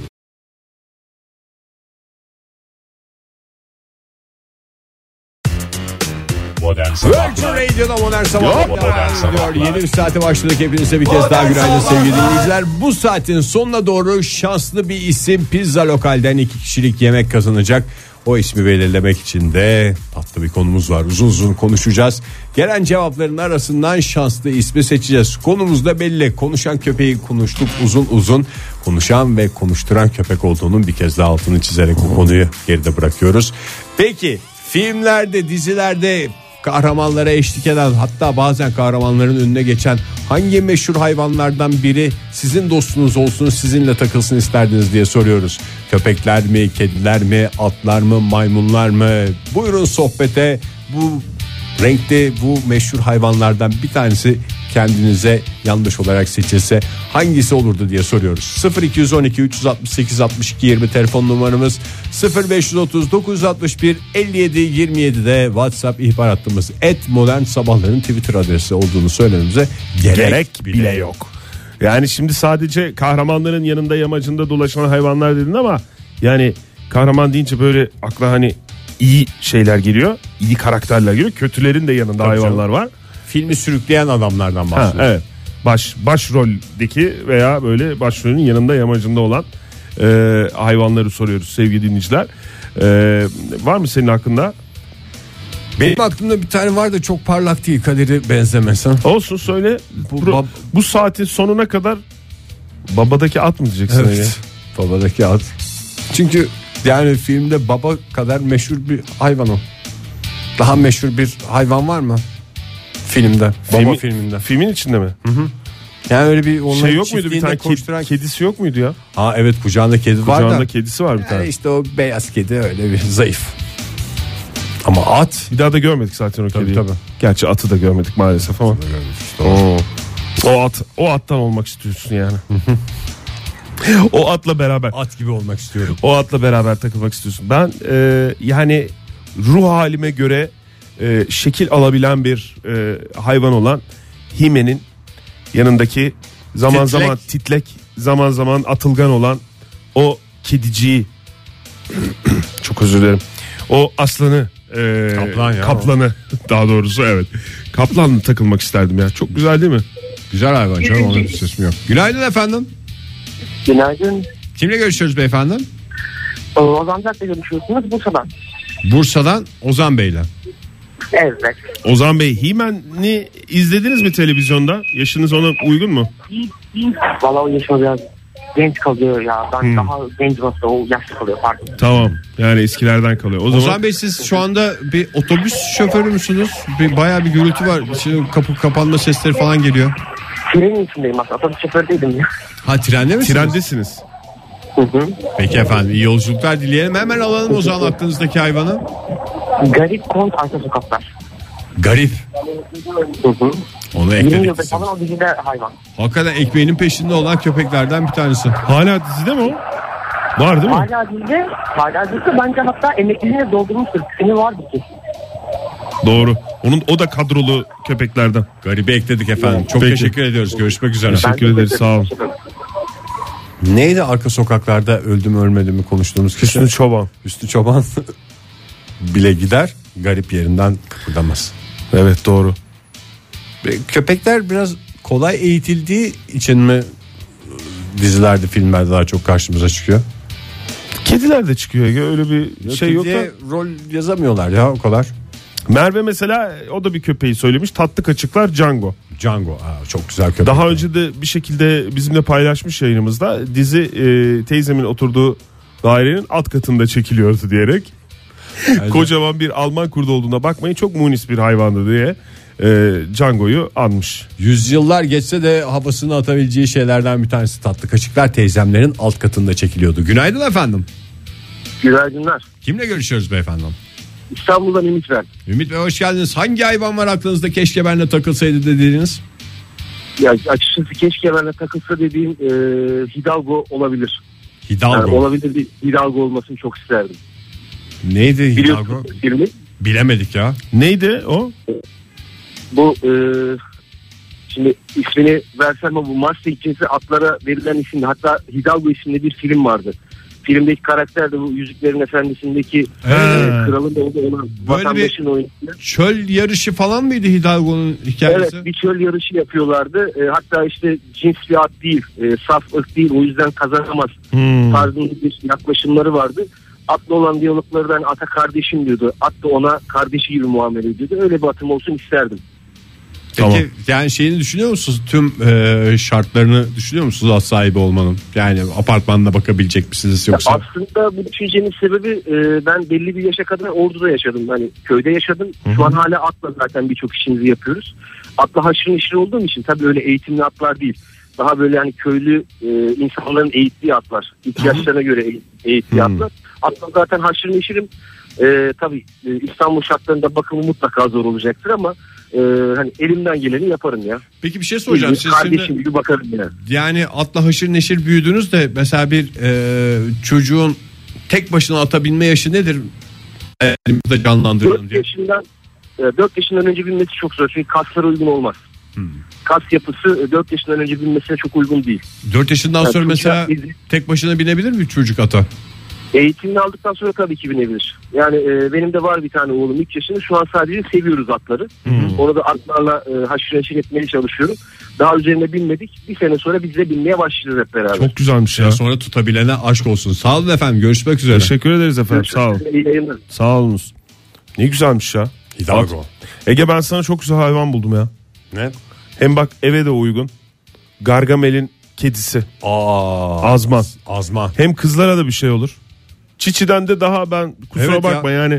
Speaker 1: Modern
Speaker 2: Virgin
Speaker 1: Sabahlar
Speaker 2: Radio'da Modern Sabahlar
Speaker 1: Yok, Modern
Speaker 2: devam ediyor.
Speaker 1: Sabahlar.
Speaker 2: Yeni bir saate başladık. Hepinize bir kez daha günaydın sevgili dinleyiciler. Bu saatin sonuna doğru şanslı bir isim pizza lokalden iki kişilik yemek kazanacak. O ismi belirlemek için de tatlı bir konumuz var. Uzun uzun konuşacağız. Gelen cevapların arasından şanslı ismi seçeceğiz. Konumuz da belli. Konuşan köpeği konuştuk uzun uzun. Konuşan ve konuşturan köpek olduğunun bir kez daha altını çizerek bu konuyu geride bırakıyoruz. Peki filmlerde, dizilerde kahramanlara eşlik eden hatta bazen kahramanların önüne geçen hangi meşhur hayvanlardan biri sizin dostunuz olsun sizinle takılsın isterdiniz diye soruyoruz. Köpekler mi, kediler mi, atlar mı, maymunlar mı? Buyurun sohbete bu renkte bu meşhur hayvanlardan bir tanesi kendinize yanlış olarak seçilse hangisi olurdu diye soruyoruz. 0212 368 62 20 telefon numaramız 0530 961 57 27 de WhatsApp ihbar hattımız et modern sabahların Twitter adresi olduğunu söylememize gerek,
Speaker 3: Gerek bile yok. Yani şimdi sadece kahramanların yanında yamacında dolaşan hayvanlar dedin ama yani kahraman deyince böyle akla hani iyi şeyler geliyor. iyi karakterler geliyor. Kötülerin de yanında hayvanlar var.
Speaker 2: Filmi sürükleyen adamlardan
Speaker 3: Ha,
Speaker 2: bahsediyoruz.
Speaker 3: evet. Baş başroldeki veya böyle başrolün yanında yamacında olan e, hayvanları soruyoruz sevgili dinleyiciler. E, var mı senin hakkında?
Speaker 2: Benim aklımda bir tane var da çok parlak değil Kadir'e benzemesen.
Speaker 3: Olsun söyle. Bu,
Speaker 2: bab-
Speaker 3: bu saatin sonuna kadar babadaki at mı diyeceksin? Ege?
Speaker 2: Babadaki at. Çünkü yani filmde baba kadar meşhur bir hayvan o. Daha meşhur bir hayvan var mı? Filmde. baba
Speaker 3: Filmi-
Speaker 2: filminde.
Speaker 3: Filmin içinde mi?
Speaker 2: Yani öyle bir onların
Speaker 3: Şey yok muydu bir
Speaker 2: çiftliğinde
Speaker 3: tane
Speaker 2: koşturan
Speaker 3: ked- kedisi yok muydu ya?
Speaker 2: Ha evet kucağında kedi var
Speaker 3: Kucağında
Speaker 2: da.
Speaker 3: kedisi var bir tane.
Speaker 2: Yani işte o beyaz kedi öyle bir zayıf. Ama at
Speaker 3: Bir daha da görmedik zaten o kediyi.
Speaker 2: tabii.
Speaker 3: Gerçi atı da görmedik maalesef ama. Oo. O at, o attan olmak istiyorsun yani. o atla beraber.
Speaker 2: at gibi olmak istiyorum.
Speaker 3: O atla beraber takılmak istiyorsun. Ben e, yani ruh halime göre e, şekil alabilen bir e, hayvan olan himenin yanındaki zaman
Speaker 2: Titlek.
Speaker 3: zaman titlek, zaman zaman atılgan olan o kediciyi (clears throat) çok özür dilerim. O aslanı e,
Speaker 2: Kaplan ya.
Speaker 3: kaplanı (laughs) daha doğrusu evet. Kaplanla takılmak isterdim ya. Çok güzel değil mi?
Speaker 2: Güzel hayvan canım onun bir sesim yok. Günaydın efendim.
Speaker 5: Günaydın.
Speaker 2: Kimle görüşüyoruz beyefendi?
Speaker 5: Ee, Ozan Zert'le görüşüyorsunuz Bursa'dan.
Speaker 2: Bursa'dan Ozan Bey'le.
Speaker 5: Evet.
Speaker 3: Ozan Bey Himen'i izlediniz mi televizyonda? Yaşınız ona uygun mu?
Speaker 5: Valla o yaşıma biraz genç kalıyor ya. Ben daha genç olsa o yaşlı kalıyor pardon.
Speaker 3: Tamam. Yani eskilerden kalıyor. O zaman
Speaker 2: Ozan Bey siz şu anda bir otobüs şoförü müsünüz? Bir bayağı bir gürültü var. Şimdi kapı kapanma sesleri falan geliyor.
Speaker 5: Trenin içindeyim aslında. Otobüs şoförüydüm ya.
Speaker 2: Ha trende misiniz?
Speaker 3: trendesiniz.
Speaker 5: Hı hı.
Speaker 2: Peki efendim iyi yolculuklar dileyelim. Hemen alalım Ozan aklınızdaki hayvanı.
Speaker 5: Garip kont arka sokaklar.
Speaker 2: Garip.
Speaker 5: Hı hı.
Speaker 3: E,
Speaker 2: Onu
Speaker 5: 20
Speaker 2: ekledik.
Speaker 5: yıldır falan o dizide hayvan.
Speaker 2: Hakikaten ekmeğinin peşinde olan köpeklerden bir tanesi.
Speaker 3: Hala dizide mi o? Var değil mi?
Speaker 5: Hala dizide, hala dizide bence hatta emekliliğine doldurmuştur. Seni vardı kesin.
Speaker 3: Doğru. Onun o da kadrolu köpeklerden.
Speaker 2: Garibi ekledik efendim. Çok
Speaker 3: Peki.
Speaker 2: teşekkür ediyoruz. Görüşmek üzere.
Speaker 3: Teşekkür
Speaker 5: Bence
Speaker 3: ederiz,
Speaker 5: de-
Speaker 3: sağ olun.
Speaker 2: Neydi arka sokaklarda öldüm ölmedim mi konuştuğumuz kişi?
Speaker 3: Hüsnü Çoban.
Speaker 2: Üstü çoban (laughs) bile gider. Garip yerinden kıpırdamaz.
Speaker 3: Evet doğru.
Speaker 2: Ve Köpekler biraz kolay eğitildiği için mi e, dizilerde filmlerde daha çok karşımıza çıkıyor?
Speaker 3: Kediler de çıkıyor. Ege, Öyle bir şey yok da.
Speaker 2: Diye rol yazamıyorlar ya o kadar.
Speaker 3: Merve mesela o da bir köpeği söylemiş. Tatlı kaçıklar Django.
Speaker 2: Django aa, çok güzel köpek.
Speaker 3: Daha önce de bir şekilde bizimle paylaşmış yayınımızda. Dizi e, teyzemin oturduğu dairenin alt katında çekiliyordu diyerek. Kocaman bir Alman kurdu olduğuna bakmayın çok munis bir hayvandı diye e, Django'yu anmış.
Speaker 2: Yüzyıllar geçse de havasını atabileceği şeylerden bir tanesi tatlı kaşıklar teyzemlerin alt katında çekiliyordu. Günaydın efendim.
Speaker 5: Günaydınlar.
Speaker 2: Kimle görüşüyoruz beyefendi?
Speaker 5: İstanbul'dan Ümit ben.
Speaker 2: Ümit Bey hoş geldiniz. Hangi hayvan var aklınızda keşke benimle takılsaydı dediğiniz?
Speaker 5: Ya açıkçası keşke benimle takılsa dediğim e, Hidalgo olabilir.
Speaker 2: Hidalgo.
Speaker 5: olabilir değil. Hidalgo olmasını çok isterdim.
Speaker 2: Neydi Hidalgo?
Speaker 5: filmi.
Speaker 2: Bilemedik ya.
Speaker 3: Neydi o?
Speaker 5: Bu e, şimdi ismini versem ama bu Mars ilçesi atlara verilen isimdi. Hatta Hidalgo isimli bir film vardı. Filmdeki karakter de bu Yüzüklerin Efendisi'ndeki
Speaker 3: He.
Speaker 5: e, kralın oğlu olan vatandaşın oyuncusu.
Speaker 2: Çöl yarışı falan mıydı Hidalgo'nun hikayesi?
Speaker 5: Evet bir çöl yarışı yapıyorlardı. E, hatta işte cins bir at değil, e, saf ırk değil o yüzden kazanamaz
Speaker 3: Hmm.
Speaker 5: tarzında bir yaklaşımları vardı. Atlı olan diyalogları ben ata kardeşim diyordu. At da ona kardeşi gibi muamele ediyordu. Öyle bir atım olsun isterdim.
Speaker 2: Peki
Speaker 3: Tamam.
Speaker 2: yani şeyini düşünüyor musunuz? Tüm e, şartlarını düşünüyor musunuz at sahibi olmanın? Yani apartmanına bakabilecek misiniz
Speaker 5: Ya
Speaker 2: yoksa?
Speaker 5: Aslında bu düşüncenin sebebi e, ben belli bir yaşa kadar orduda yaşadım. Hani köyde yaşadım. Şu an hala atla zaten birçok işimizi yapıyoruz. Atla haşır neşir olduğum için tabii öyle eğitimli atlar değil. Daha böyle hani köylü e, insanların eğittiği atlar. ihtiyaçlarına göre eğ- eğittiği atlar. Atla zaten haşır neşirim. E, tabii e, İstanbul şartlarında bakımı mutlaka zor olacaktır ama e, hani elimden geleni yaparım ya.
Speaker 2: Peki bir şey soracağım. Siz
Speaker 5: Kardeşim
Speaker 2: şimdi
Speaker 5: gibi bakarım yani.
Speaker 2: yani atla haşır neşir büyüdünüz de mesela bir e, çocuğun tek başına atabilme yaşı nedir? Elimizde canlandıralım
Speaker 5: 4
Speaker 2: diye.
Speaker 5: yaşından
Speaker 4: e,
Speaker 5: 4 yaşından önce binmesi çok zor çünkü kaslara uygun olmaz. Kas
Speaker 4: e,
Speaker 5: yapısı 4 yaşından önce binmesine çok uygun değil.
Speaker 2: 4 yaşından
Speaker 5: Yani
Speaker 2: sonra
Speaker 5: çocuk
Speaker 2: mesela
Speaker 5: bizi-
Speaker 2: tek başına binebilir mi çocuk ata?
Speaker 4: Eğitimini aldıktan sonra tabii ki binebilir. Yani e, benim de var bir tane oğlum 3 yaşında. Şu an sadece seviyoruz atları. Orada atlarla e, haşır neşir etmeye çalışıyorum. Daha üzerine binmedik. Bir sene sonra biz de binmeye başlayacağız hep beraber.
Speaker 3: Çok güzelmiş ya.
Speaker 2: Sonra tutabilene aşk olsun. Sağ olun efendim. Görüşmek üzere.
Speaker 3: Teşekkür ederiz efendim. Sağ olun.
Speaker 4: İyi yayınlar.
Speaker 3: Sağ olunuz. Ne güzelmiş ya.
Speaker 2: Hidalgo.
Speaker 3: Ege ben sana çok güzel hayvan buldum ya.
Speaker 2: Ne?
Speaker 3: Hem bak eve de uygun. Gargamel'in kedisi.
Speaker 2: Aa,
Speaker 3: Azman.
Speaker 2: azma.
Speaker 3: Hem kızlara da bir şey olur. Çiçiden de daha ben kusura
Speaker 2: Evet ya.
Speaker 3: bakma yani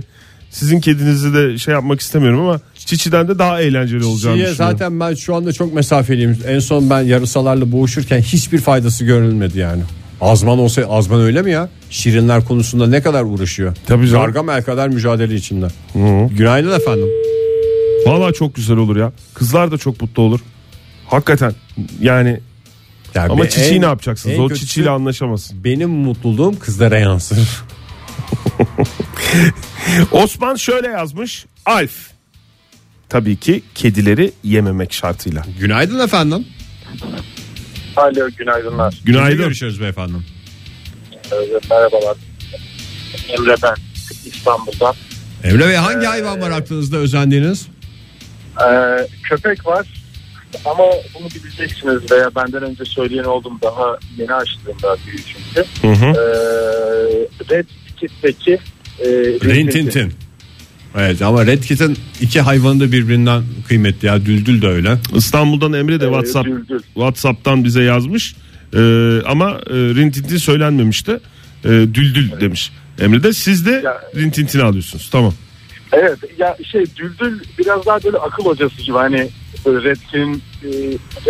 Speaker 3: sizin kedinizi de şey yapmak istemiyorum ama Çiçiden de daha eğlenceli olacağını
Speaker 2: Şiye
Speaker 3: düşünüyorum.
Speaker 2: zaten ben şu anda çok mesafeliyim. En son ben yarısalarla boğuşurken hiçbir faydası görülmedi yani. Azman olsa azman öyle mi ya? Şirinler konusunda ne kadar uğraşıyor?
Speaker 3: Tabii canım.
Speaker 2: Gargamel kadar mücadele içinde. Günaydın efendim.
Speaker 3: Valla çok güzel olur ya. Kızlar da çok mutlu olur. Hakikaten yani
Speaker 2: Yani
Speaker 3: ama
Speaker 2: bir
Speaker 3: çiçeği
Speaker 2: en-
Speaker 3: ne yapacaksınız?
Speaker 2: en
Speaker 3: O
Speaker 2: kötüsü-
Speaker 3: çiçeğiyle anlaşamazsın.
Speaker 2: Benim mutluluğum kızlara yansır.
Speaker 3: Osman şöyle yazmış. Alf. Tabii ki kedileri yememek şartıyla.
Speaker 2: (laughs) Günaydın efendim.
Speaker 5: Alo günaydınlar.
Speaker 2: Kimle
Speaker 3: Günaydın.
Speaker 2: Görüşürüz beyefendim.
Speaker 5: Ee, merhabalar. Emre ben İstanbul'dan.
Speaker 2: Emre Bey hangi hayvan var aklınızda özendiğiniz?
Speaker 5: Ee, köpek var ama bunu bileceksiniz veya benden önce söyleyen oldum daha yeni açtığım daha büyük çünkü.
Speaker 3: Hı hı.
Speaker 5: Ee, Red Kit'teki e,
Speaker 2: Rintintin. Evet ama Red Kit'in iki hayvanı da birbirinden kıymetli ya. Düldül de öyle.
Speaker 3: İstanbul'dan Emre de
Speaker 5: Ee,
Speaker 3: WhatsApp
Speaker 5: Düldül.
Speaker 3: WhatsApp'tan bize yazmış. Ee, ama e, rintintin söylenmemişti. Ee, düldül demiş. Emre de siz de
Speaker 5: Ya-
Speaker 3: rintintini alıyorsunuz. Tamam.
Speaker 5: Evet ya şey Düldül biraz daha böyle akıl hocası gibi hani böyle Red Kit'in e,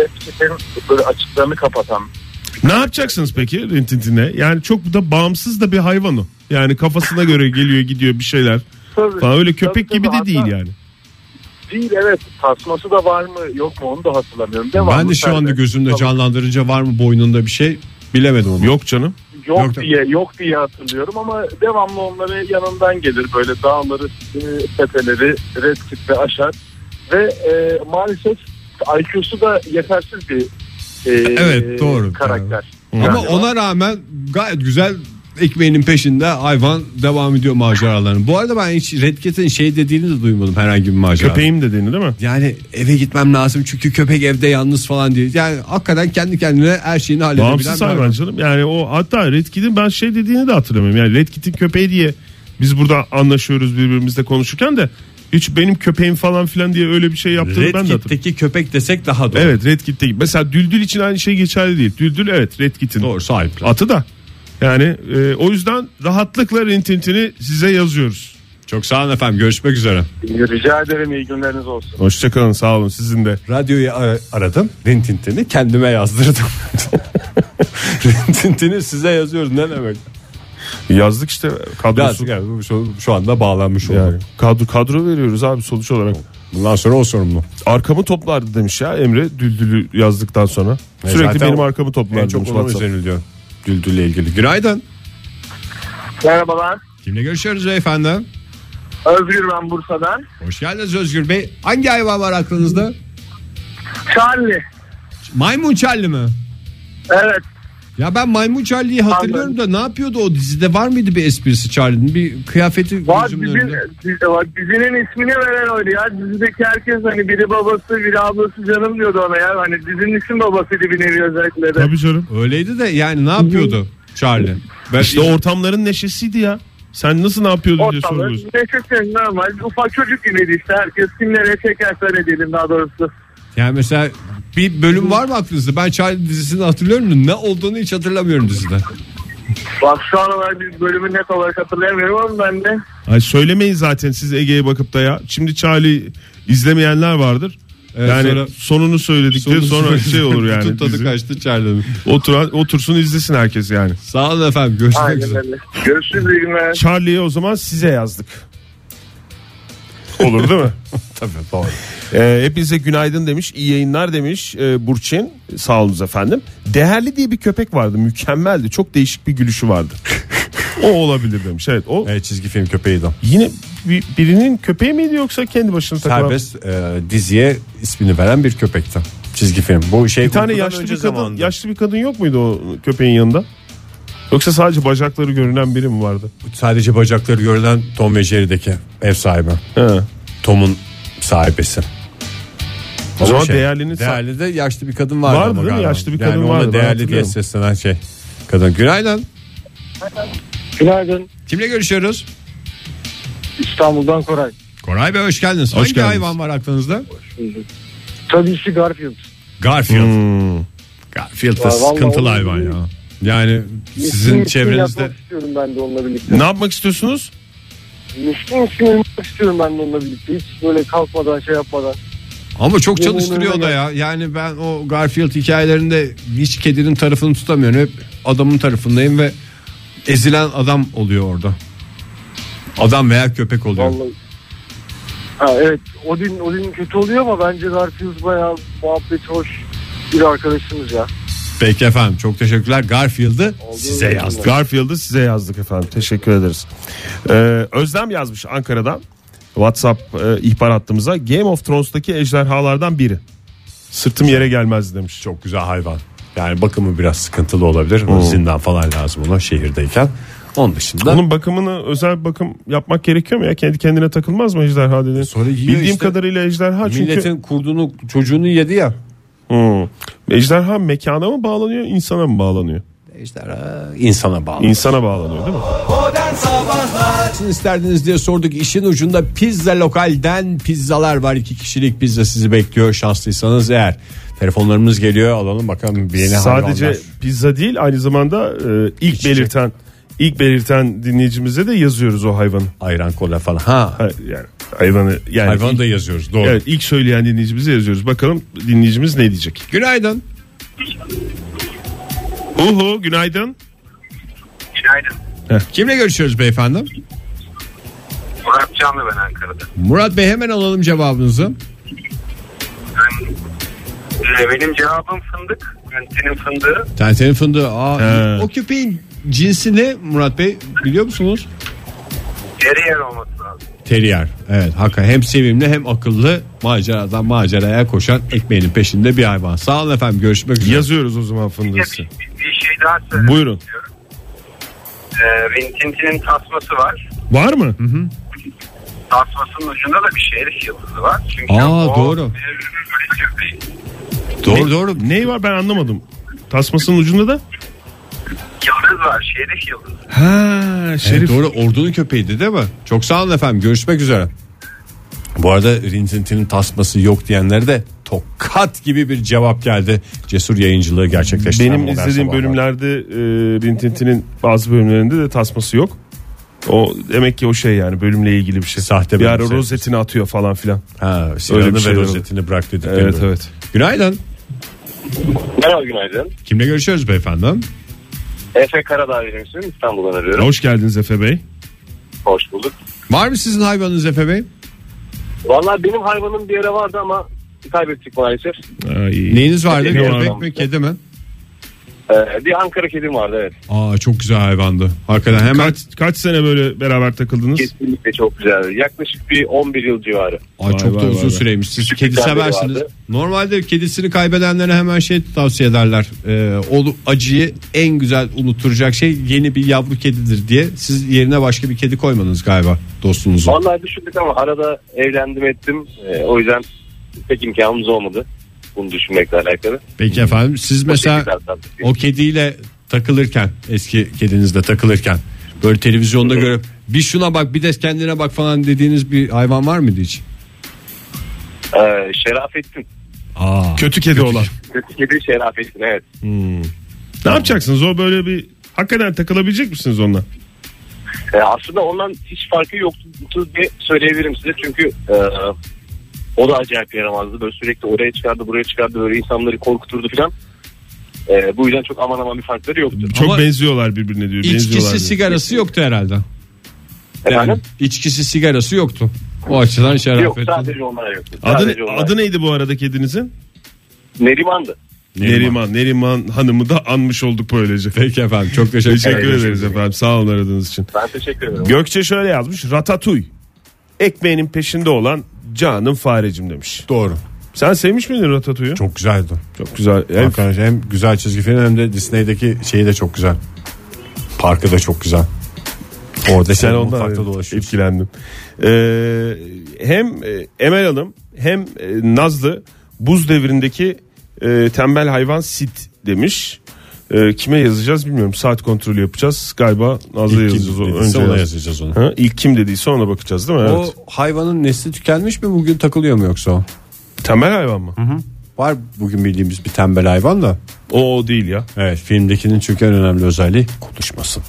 Speaker 5: Red Kit'in böyle açıklarını kapatan
Speaker 3: Ne yapacaksınız peki rintintine? Yani çok da bağımsız da bir hayvan o. Yani kafasına göre geliyor gidiyor bir şeyler
Speaker 5: Tabii,
Speaker 3: falan. Öyle
Speaker 5: tabii,
Speaker 3: köpek
Speaker 5: tabii.
Speaker 3: gibi de
Speaker 5: Hatta
Speaker 3: değil yani.
Speaker 5: Değil evet tasması da var mı yok mu onu da hatırlamıyorum.
Speaker 2: ben de şu anda gözümde
Speaker 5: canlı
Speaker 2: canlandırınca var mı boynunda bir şey bilemedim onu.
Speaker 3: Yok canım.
Speaker 5: yok,
Speaker 2: Yok da-
Speaker 5: diye yok diye hatırlıyorum ama devamlı onları yanından gelir böyle dağları e, tepeleri red kitle aşar ve e, maalesef IQ'su da yetersiz bir e,
Speaker 2: Evet, doğru.
Speaker 5: karakter.
Speaker 2: Ama
Speaker 5: Yani
Speaker 2: ona rağmen gayet güzel ekmeğinin peşinde hayvan devam ediyor maceralarına. Bu arada ben hiç Red Kit'in şey dediğini de duymadım herhangi bir macera.
Speaker 3: Köpeğim dediğini değil mi?
Speaker 2: Yani eve gitmem lazım çünkü köpek evde yalnız falan diye. Yani hakikaten kendi kendine her şeyini halledebilen
Speaker 3: Bağımsız
Speaker 2: bir
Speaker 3: hayvan canım. Yani o hatta Red Kit'in ben şey dediğini de hatırlamıyorum. Yani Red Kit'in köpeği diye biz burada anlaşıyoruz birbirimizle konuşurken de hiç benim köpeğim falan filan diye öyle bir şey yaptığını ben de
Speaker 2: Red
Speaker 3: hatırlamıyorum.
Speaker 2: Kit'teki köpek desek daha doğru.
Speaker 3: Evet Red Kit'te mesela Düldül için aynı şey geçerli değil. Düldül evet Red Kit'in
Speaker 2: Doğru sahipler.
Speaker 3: atı da. Yani e, o yüzden rahatlıkla rintintini size yazıyoruz.
Speaker 2: Çok sağ olun efendim görüşmek üzere.
Speaker 5: E, Rica ederim iyi günleriniz olsun.
Speaker 3: Hoşçakalın sağ olun sizin de.
Speaker 2: Radyoyu ara- aradım. Rintintini kendime (laughs) yazdırdım. Rintintini size yazıyoruz ne demek?
Speaker 3: Yazdık işte kadrosu.
Speaker 2: Biraz, yani şu, şu anda bağlanmış oldum.
Speaker 3: Yani kadro, kadro veriyoruz abi sonuç olarak.
Speaker 2: Bundan sonra o sorumlu.
Speaker 3: Arkamı toplardı demiş ya Emre Düldül'ü yazdıktan sonra.
Speaker 2: E
Speaker 3: Sürekli
Speaker 2: zaten
Speaker 3: benim arkamı
Speaker 2: En
Speaker 3: toplardı
Speaker 2: çok
Speaker 3: demiş
Speaker 2: ona
Speaker 3: WhatsApp.
Speaker 2: özeniliyor. Düldül'le ilgili. Günaydın.
Speaker 5: Merhabalar
Speaker 2: Kimle görüşüyoruz beyefendi?
Speaker 5: Özgür ben Bursa'dan.
Speaker 2: Hoş geldiniz Özgür Bey. Hangi hayvan var aklınızda?
Speaker 5: Charlie
Speaker 2: Maymun Charlie mi?
Speaker 5: evet
Speaker 2: Ya ben Maymun Charlie'yi hatırlıyorum da ne yapıyordu o dizide? Var mıydı bir esprisi Charlie'nin? Bir kıyafeti
Speaker 5: Var
Speaker 2: gözümün
Speaker 5: dizin,
Speaker 2: önünde.
Speaker 5: dizi- var, dizinin ismini veren oydu ya. Dizideki herkes hani biri babası biri ablası canım diyordu ona ya. Hani dizinin isim babasıydı bir nevi özellikle de.
Speaker 3: Tabii canım.
Speaker 2: Öyleydi de yani ne yapıyordu Charlie? Ben
Speaker 3: İşte ortamların neşesiydi ya. Sen nasıl ne yapıyordun diye
Speaker 5: Ortalığı
Speaker 3: soruyorsun.
Speaker 5: neşesi şey, normal. Ufak çocuk gibiydi işte herkes. Kim nereye çekerse öyle diyelim daha doğrusu.
Speaker 2: Yani mesela bir bölüm var mı aklınızda? Ben Charlie dizisini hatırlıyorum da ne olduğunu hiç hatırlamıyorum dizide.
Speaker 5: Bak şu an olarak bir bölümü net olarak hatırlayamıyorum ama ben de.
Speaker 3: Ay söylemeyin zaten siz Ege'ye bakıp da ya. Şimdi Charlie izlemeyenler vardır.
Speaker 2: Evet,
Speaker 3: yani
Speaker 2: sonra-
Speaker 3: sonunu söyledikleri sonra şey olur yani.
Speaker 2: (laughs) Bütün tadı
Speaker 3: dizi.
Speaker 2: kaçtı Charlie'nin.
Speaker 3: Oturan otursun izlesin herkes yani.
Speaker 2: Sağ olun efendim. Görüşmek
Speaker 5: Aynen
Speaker 2: üzere.
Speaker 5: öyle. Görüşürüz iyi günler.
Speaker 3: Charlie'ye o zaman size yazdık. Olur değil mi?
Speaker 2: (laughs) Tabii doğru.
Speaker 3: Ee, hepinize günaydın demiş, iyi yayınlar demiş e, Burçin. Sağ olunuz efendim. Değerli diye bir köpek vardı, mükemmeldi. Çok değişik bir gülüşü vardı. o olabilir demiş. Evet, o
Speaker 2: Evet E, çizgi film köpeğiydi. o.
Speaker 3: yine bir- birinin köpeği miydi yoksa kendi başına takılan?
Speaker 2: Serbest e, diziye ismini veren bir köpekti. Çizgi film. Bu şey
Speaker 3: Bir tane yaşlı bir kadın, yaşlı bir kadın yok muydu o köpeğin yanında? Yoksa sadece bacakları görünen biri mi vardı?
Speaker 2: Sadece bacakları görülen Tom ve Jerry'deki ev sahibi.
Speaker 3: He.
Speaker 2: Tom'un sahibesi.
Speaker 3: O zaman değerlinin
Speaker 2: şey. değerli de yaşlı bir kadın vardı.
Speaker 3: Vardı
Speaker 2: ama
Speaker 3: değil mi?
Speaker 2: galiba.
Speaker 3: Yaşlı bir
Speaker 2: yani
Speaker 3: kadın
Speaker 2: ona
Speaker 3: vardı, ben
Speaker 2: değerli diye
Speaker 3: hatırlıyorum.
Speaker 2: seslenen şey. Kadın. Günaydın.
Speaker 4: Günaydın.
Speaker 2: Kimle görüşüyoruz?
Speaker 4: İstanbul'dan Koray.
Speaker 2: Koray Bey hoş geldiniz. Hangi
Speaker 3: geldiniz.
Speaker 2: hayvan var aklınızda?
Speaker 4: Tabii ki Garfield.
Speaker 2: Garfield.
Speaker 3: Hmm.
Speaker 2: Garfield da
Speaker 4: Ya vallahi
Speaker 2: sıkıntılı
Speaker 4: onu
Speaker 2: hayvan ya.
Speaker 4: bilmiyorum.
Speaker 2: Yani sizin
Speaker 4: Miskin
Speaker 2: çevrenizde
Speaker 4: yapmak istiyorum ben de onunla birlikte.
Speaker 3: Ne yapmak istiyorsunuz?
Speaker 4: Miskin miskin uyumak istiyorum ben de onunla birlikte. Hiç böyle kalkmadan şey yapmadan.
Speaker 2: ama çok
Speaker 4: Yemin
Speaker 2: çalıştırıyor
Speaker 4: ederim
Speaker 2: da ya. Yani ben o Garfield hikayelerinde hiç kedinin tarafını tutamıyorum. Hep adamın tarafındayım ve ezilen adam oluyor orada. Adam veya köpek oluyor.
Speaker 4: Vallahi. Ha, evet Odin, Odin kötü oluyor ama bence Garfield bayağı muhabbet hoş bir arkadaşımız ya.
Speaker 2: Peki efendim çok teşekkürler. Garfield'ı size yazdım.
Speaker 3: Garfield'ı size yazdık efendim. Teşekkür ederiz. Ee, Özlem yazmış Ankara'dan. WhatsApp e, ihbar hattımıza. Game of Thrones'taki ejderhalardan biri. Sırtım yere gelmez demiş.
Speaker 2: Çok güzel hayvan. Yani bakımı biraz sıkıntılı olabilir. O Zindan falan lazım ona şehirdeyken. Onun dışında
Speaker 3: Onun bakımını özel bakım yapmak gerekiyor mu ya? Kendi kendine takılmaz mı ejderha dediğin?
Speaker 2: Sonra yiyor
Speaker 3: Bildiğim
Speaker 2: işte.
Speaker 3: kadarıyla ejderha çünkü...
Speaker 2: milletin kurdunu çocuğunu yedi ya.
Speaker 3: Hmm. Ejderha mekana mı bağlanıyor, insana mı bağlanıyor?
Speaker 2: Ejderha insana bağlı.
Speaker 3: İnsana bağlanıyor değil mi?
Speaker 2: Sizin isterdiniz diye sorduk. İşin ucunda pizza lokalden pizzalar var. İki kişilik pizza sizi bekliyor şanslıysanız eğer. Telefonlarımız geliyor alalım bakalım bir yeni
Speaker 3: Sadece
Speaker 2: hayvanlar.
Speaker 3: pizza değil aynı zamanda e, ilk
Speaker 2: İçecek.
Speaker 3: belirten ilk belirten dinleyicimize de yazıyoruz o hayvanı.
Speaker 2: Ayran kola falan. Ha.
Speaker 3: Ha, Yani hayvanı yani
Speaker 2: Hayvanı
Speaker 3: ilk,
Speaker 2: da yazıyoruz doğru.
Speaker 3: evet, ilk söyleyen dinleyicimize yazıyoruz. Bakalım dinleyicimiz ne diyecek?
Speaker 2: Günaydın.
Speaker 3: Uhu günaydın.
Speaker 6: Günaydın.
Speaker 2: Kimle görüşüyoruz beyefendi?
Speaker 6: Murat Canlı ben Ankara'da.
Speaker 2: Murat Bey hemen alalım cevabınızı.
Speaker 6: Ben, e, benim cevabım fındık. Ben senin fındığı.
Speaker 2: Tentenin fındığı. Aa,
Speaker 3: He.
Speaker 2: O köpeğin cinsi ne Murat Bey biliyor musunuz?
Speaker 6: Geri yer olması lazım.
Speaker 2: Terrier. Evet hakikaten hem sevimli hem akıllı maceradan maceraya koşan ekmeğinin peşinde bir hayvan. Sağ olun efendim görüşmek üzere.
Speaker 3: Yazıyoruz o zaman
Speaker 6: Bir,
Speaker 3: fındısı.
Speaker 6: bir- bir şey daha söylemek
Speaker 3: Buyurun.
Speaker 6: istiyorum. E, Vintintin'in tasması var.
Speaker 3: Var mı?
Speaker 6: Tasmasının ucunda da bir şerif yıldızı var. Çünkü
Speaker 2: Aa,
Speaker 6: o
Speaker 2: doğru.
Speaker 6: bir polis köpeği.
Speaker 2: Doğru doğru.
Speaker 3: Neyi var ben anlamadım. Tasmasının ucunda da
Speaker 6: Yıldız var. Şerif yıldızı.
Speaker 3: ha
Speaker 2: Evet,
Speaker 3: Şerif
Speaker 2: doğru ordunun köpeğiydi değil mi? Çok sağ olun efendim görüşmek üzere. Bu arada Rintintin'in tasması yok diyenlere de tokat gibi bir cevap geldi. Cesur yayıncılığı gerçekleştiren
Speaker 3: Benim
Speaker 2: modern
Speaker 3: izlediğim
Speaker 2: sabahlar.
Speaker 3: bölümlerde e, Rintintin'in bazı bölümlerinde de tasması yok. O demek ki o şey yani bölümle ilgili bir şey.
Speaker 2: Sahte
Speaker 3: bir
Speaker 2: bölüm
Speaker 3: ara
Speaker 2: sevgisi.
Speaker 3: rozetini atıyor falan filan.
Speaker 2: Ha, Sinan'ı
Speaker 3: Öyle bir
Speaker 2: ve
Speaker 3: şey oldu.
Speaker 2: rozetini bırak dedik.
Speaker 3: Evet evet.
Speaker 2: Günaydın.
Speaker 5: Merhaba günaydın.
Speaker 2: Kimle görüşüyoruz beyefendi?
Speaker 5: Efe Karadağ benim ismim İstanbul'dan arıyorum.
Speaker 3: Hoş geldiniz Efe Bey.
Speaker 5: Hoş bulduk.
Speaker 2: Var mı sizin hayvanınız Efe Bey?
Speaker 5: Vallahi benim hayvanım bir yere vardı ama kaybettik maalesef.
Speaker 2: Neyiniz vardı?
Speaker 5: Ne
Speaker 2: Köpek
Speaker 5: var?
Speaker 2: mi kedi mi?
Speaker 5: Ee, bir Ankara kedim vardı evet.
Speaker 2: Aa çok güzel hayvandı. Hakikaten hemen
Speaker 3: Kaç, kaç sene böyle beraber takıldınız?
Speaker 5: Kesinlikle çok güzeldi. Yaklaşık bir 11 yıl civarı.
Speaker 2: Aa,
Speaker 3: Vay
Speaker 2: çok da
Speaker 3: vay
Speaker 2: uzun
Speaker 3: vay.
Speaker 2: süreymiş. Siz
Speaker 5: Küçük
Speaker 2: kedi
Speaker 5: bir tane
Speaker 2: seversiniz.
Speaker 5: vardı.
Speaker 2: Normalde kedisini kaybedenlere hemen şey tavsiye ederler. Ee, o acıyı en güzel unutturacak şey yeni bir yavru kedidir diye. Siz yerine başka bir kedi koymadınız galiba dostunuzu.
Speaker 5: Vallahi düşündük ama arada evlendim ettim. Ee, o yüzden pek imkanımız olmadı. Bunu düşünmekle alakalı.
Speaker 2: Peki efendim siz mesela o kediyle takılırken eski kedinizle takılırken böyle televizyonda görüp bir şuna bak bir de kendine bak falan dediğiniz bir hayvan var mıydı hiç?
Speaker 5: Ee, Şerafettin.
Speaker 2: Aa.
Speaker 3: Kötü kedi olan.
Speaker 5: Kötü kedi Şerafettin evet.
Speaker 3: Ne yapacaksınız? O böyle bir hakikaten takılabilecek misiniz onunla?
Speaker 5: Ee, aslında ondan hiç farkı yoktu diye söyleyebilirim size. Çünkü e, o da acayip yaramazdı. Böyle sürekli oraya çıkardı buraya çıkardı. Böyle insanları korkuturdu falan. Ee, bu yüzden çok aman aman bir farkları yoktu.
Speaker 3: Çok
Speaker 2: Ama
Speaker 3: benziyorlar birbirine diyor. Benziyorlar
Speaker 2: İçkisi
Speaker 3: diyor.
Speaker 2: sigarası yoktu herhalde. Yani
Speaker 5: Efendim?
Speaker 2: içkisi sigarası yoktu. O açıdan
Speaker 5: Yok
Speaker 2: şerafetli.
Speaker 5: sadece onlar yoktu. Sadece
Speaker 3: Adı,
Speaker 5: onlar.
Speaker 3: adı neydi bu arada kedinizin?
Speaker 5: Neriman'dı.
Speaker 3: Neriman. Neriman Hanım'ı da anmış olduk böylece.
Speaker 2: Peki efendim çok teşekkür,
Speaker 3: Teşekkür ederiz efendim. Sağ olun aradığınız için.
Speaker 5: Ben teşekkür ederim.
Speaker 3: Gökçe şöyle yazmış. Ratatuy. Ekmeğinin peşinde olan canım farecim demiş.
Speaker 2: Doğru.
Speaker 3: Sen sevmiş miydin Ratatouille'u?
Speaker 2: Çok güzeldi.
Speaker 3: Çok güzel. Hem
Speaker 2: Hem, hem güzel çizgi film hem de Disney'deki şeyi de çok güzel. Parkı da çok güzel. Orada
Speaker 3: Sen
Speaker 2: sen
Speaker 3: ondan
Speaker 2: mutfakta dolaşıyorsun.
Speaker 3: etkilendim. Ee, hem e, Emel Hanım hem e, Nazlı buz devrindeki e, tembel hayvan sit demiş. E, kime yazacağız bilmiyorum. Saat kontrolü yapacağız. Galiba Nazlı'ya
Speaker 2: İlk kim
Speaker 3: yazacağız. o-
Speaker 2: dediyse ona
Speaker 3: yaz-
Speaker 2: yazacağız onu.
Speaker 3: Ha, ilk kim dediyse ona bakacağız değil mi?
Speaker 2: O
Speaker 3: Evet.
Speaker 2: hayvanın nesli tükenmiş mi bugün takılıyor mu yoksa o?
Speaker 3: Tembel hayvan mı?
Speaker 2: Var bugün bildiğimiz bir tembel hayvan da.
Speaker 3: O, o değil ya.
Speaker 2: Evet filmdekinin çünkü en önemli özelliği konuşması.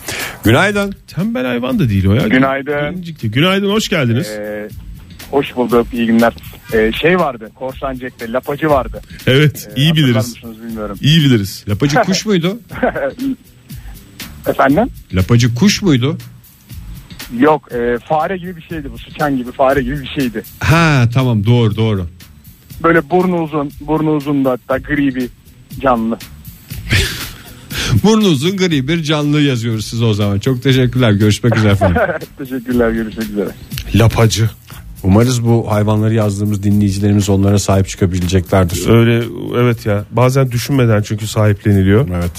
Speaker 2: Günaydın.
Speaker 3: Tembel hayvan da değil o ya.
Speaker 7: Günaydın.
Speaker 3: Gelincikti. Günaydın hoş geldiniz.
Speaker 7: Ee, hoş bulduk. iyi günler. Ee, şey vardı. Korsancek'te lapacı vardı.
Speaker 3: evet iyi
Speaker 7: Hatırlar
Speaker 3: biliriz.
Speaker 7: mısınız bilmiyorum. (laughs)
Speaker 3: İyi biliriz.
Speaker 2: Lapacı kuş muydu?
Speaker 7: Efendim?
Speaker 2: Lapacı kuş muydu?
Speaker 7: Yok. e, fare gibi bir şeydi bu. Sıçan gibi fare gibi bir şeydi.
Speaker 2: Ha tamam doğru doğru. (laughs)
Speaker 7: Böyle burnu uzun. Burnu uzun da hatta gri bir canlı. (laughs)
Speaker 2: Burnu uzun gri bir canlı yazıyoruz size o zaman. Çok teşekkürler. Görüşmek üzere (laughs) efendim.
Speaker 7: Teşekkürler. Görüşmek üzere.
Speaker 3: Lapacı.
Speaker 2: Umarız bu hayvanları yazdığımız dinleyicilerimiz onlara sahip çıkabileceklerdir.
Speaker 3: Öyle evet ya. Bazen düşünmeden çünkü sahipleniliyor.
Speaker 2: Evet.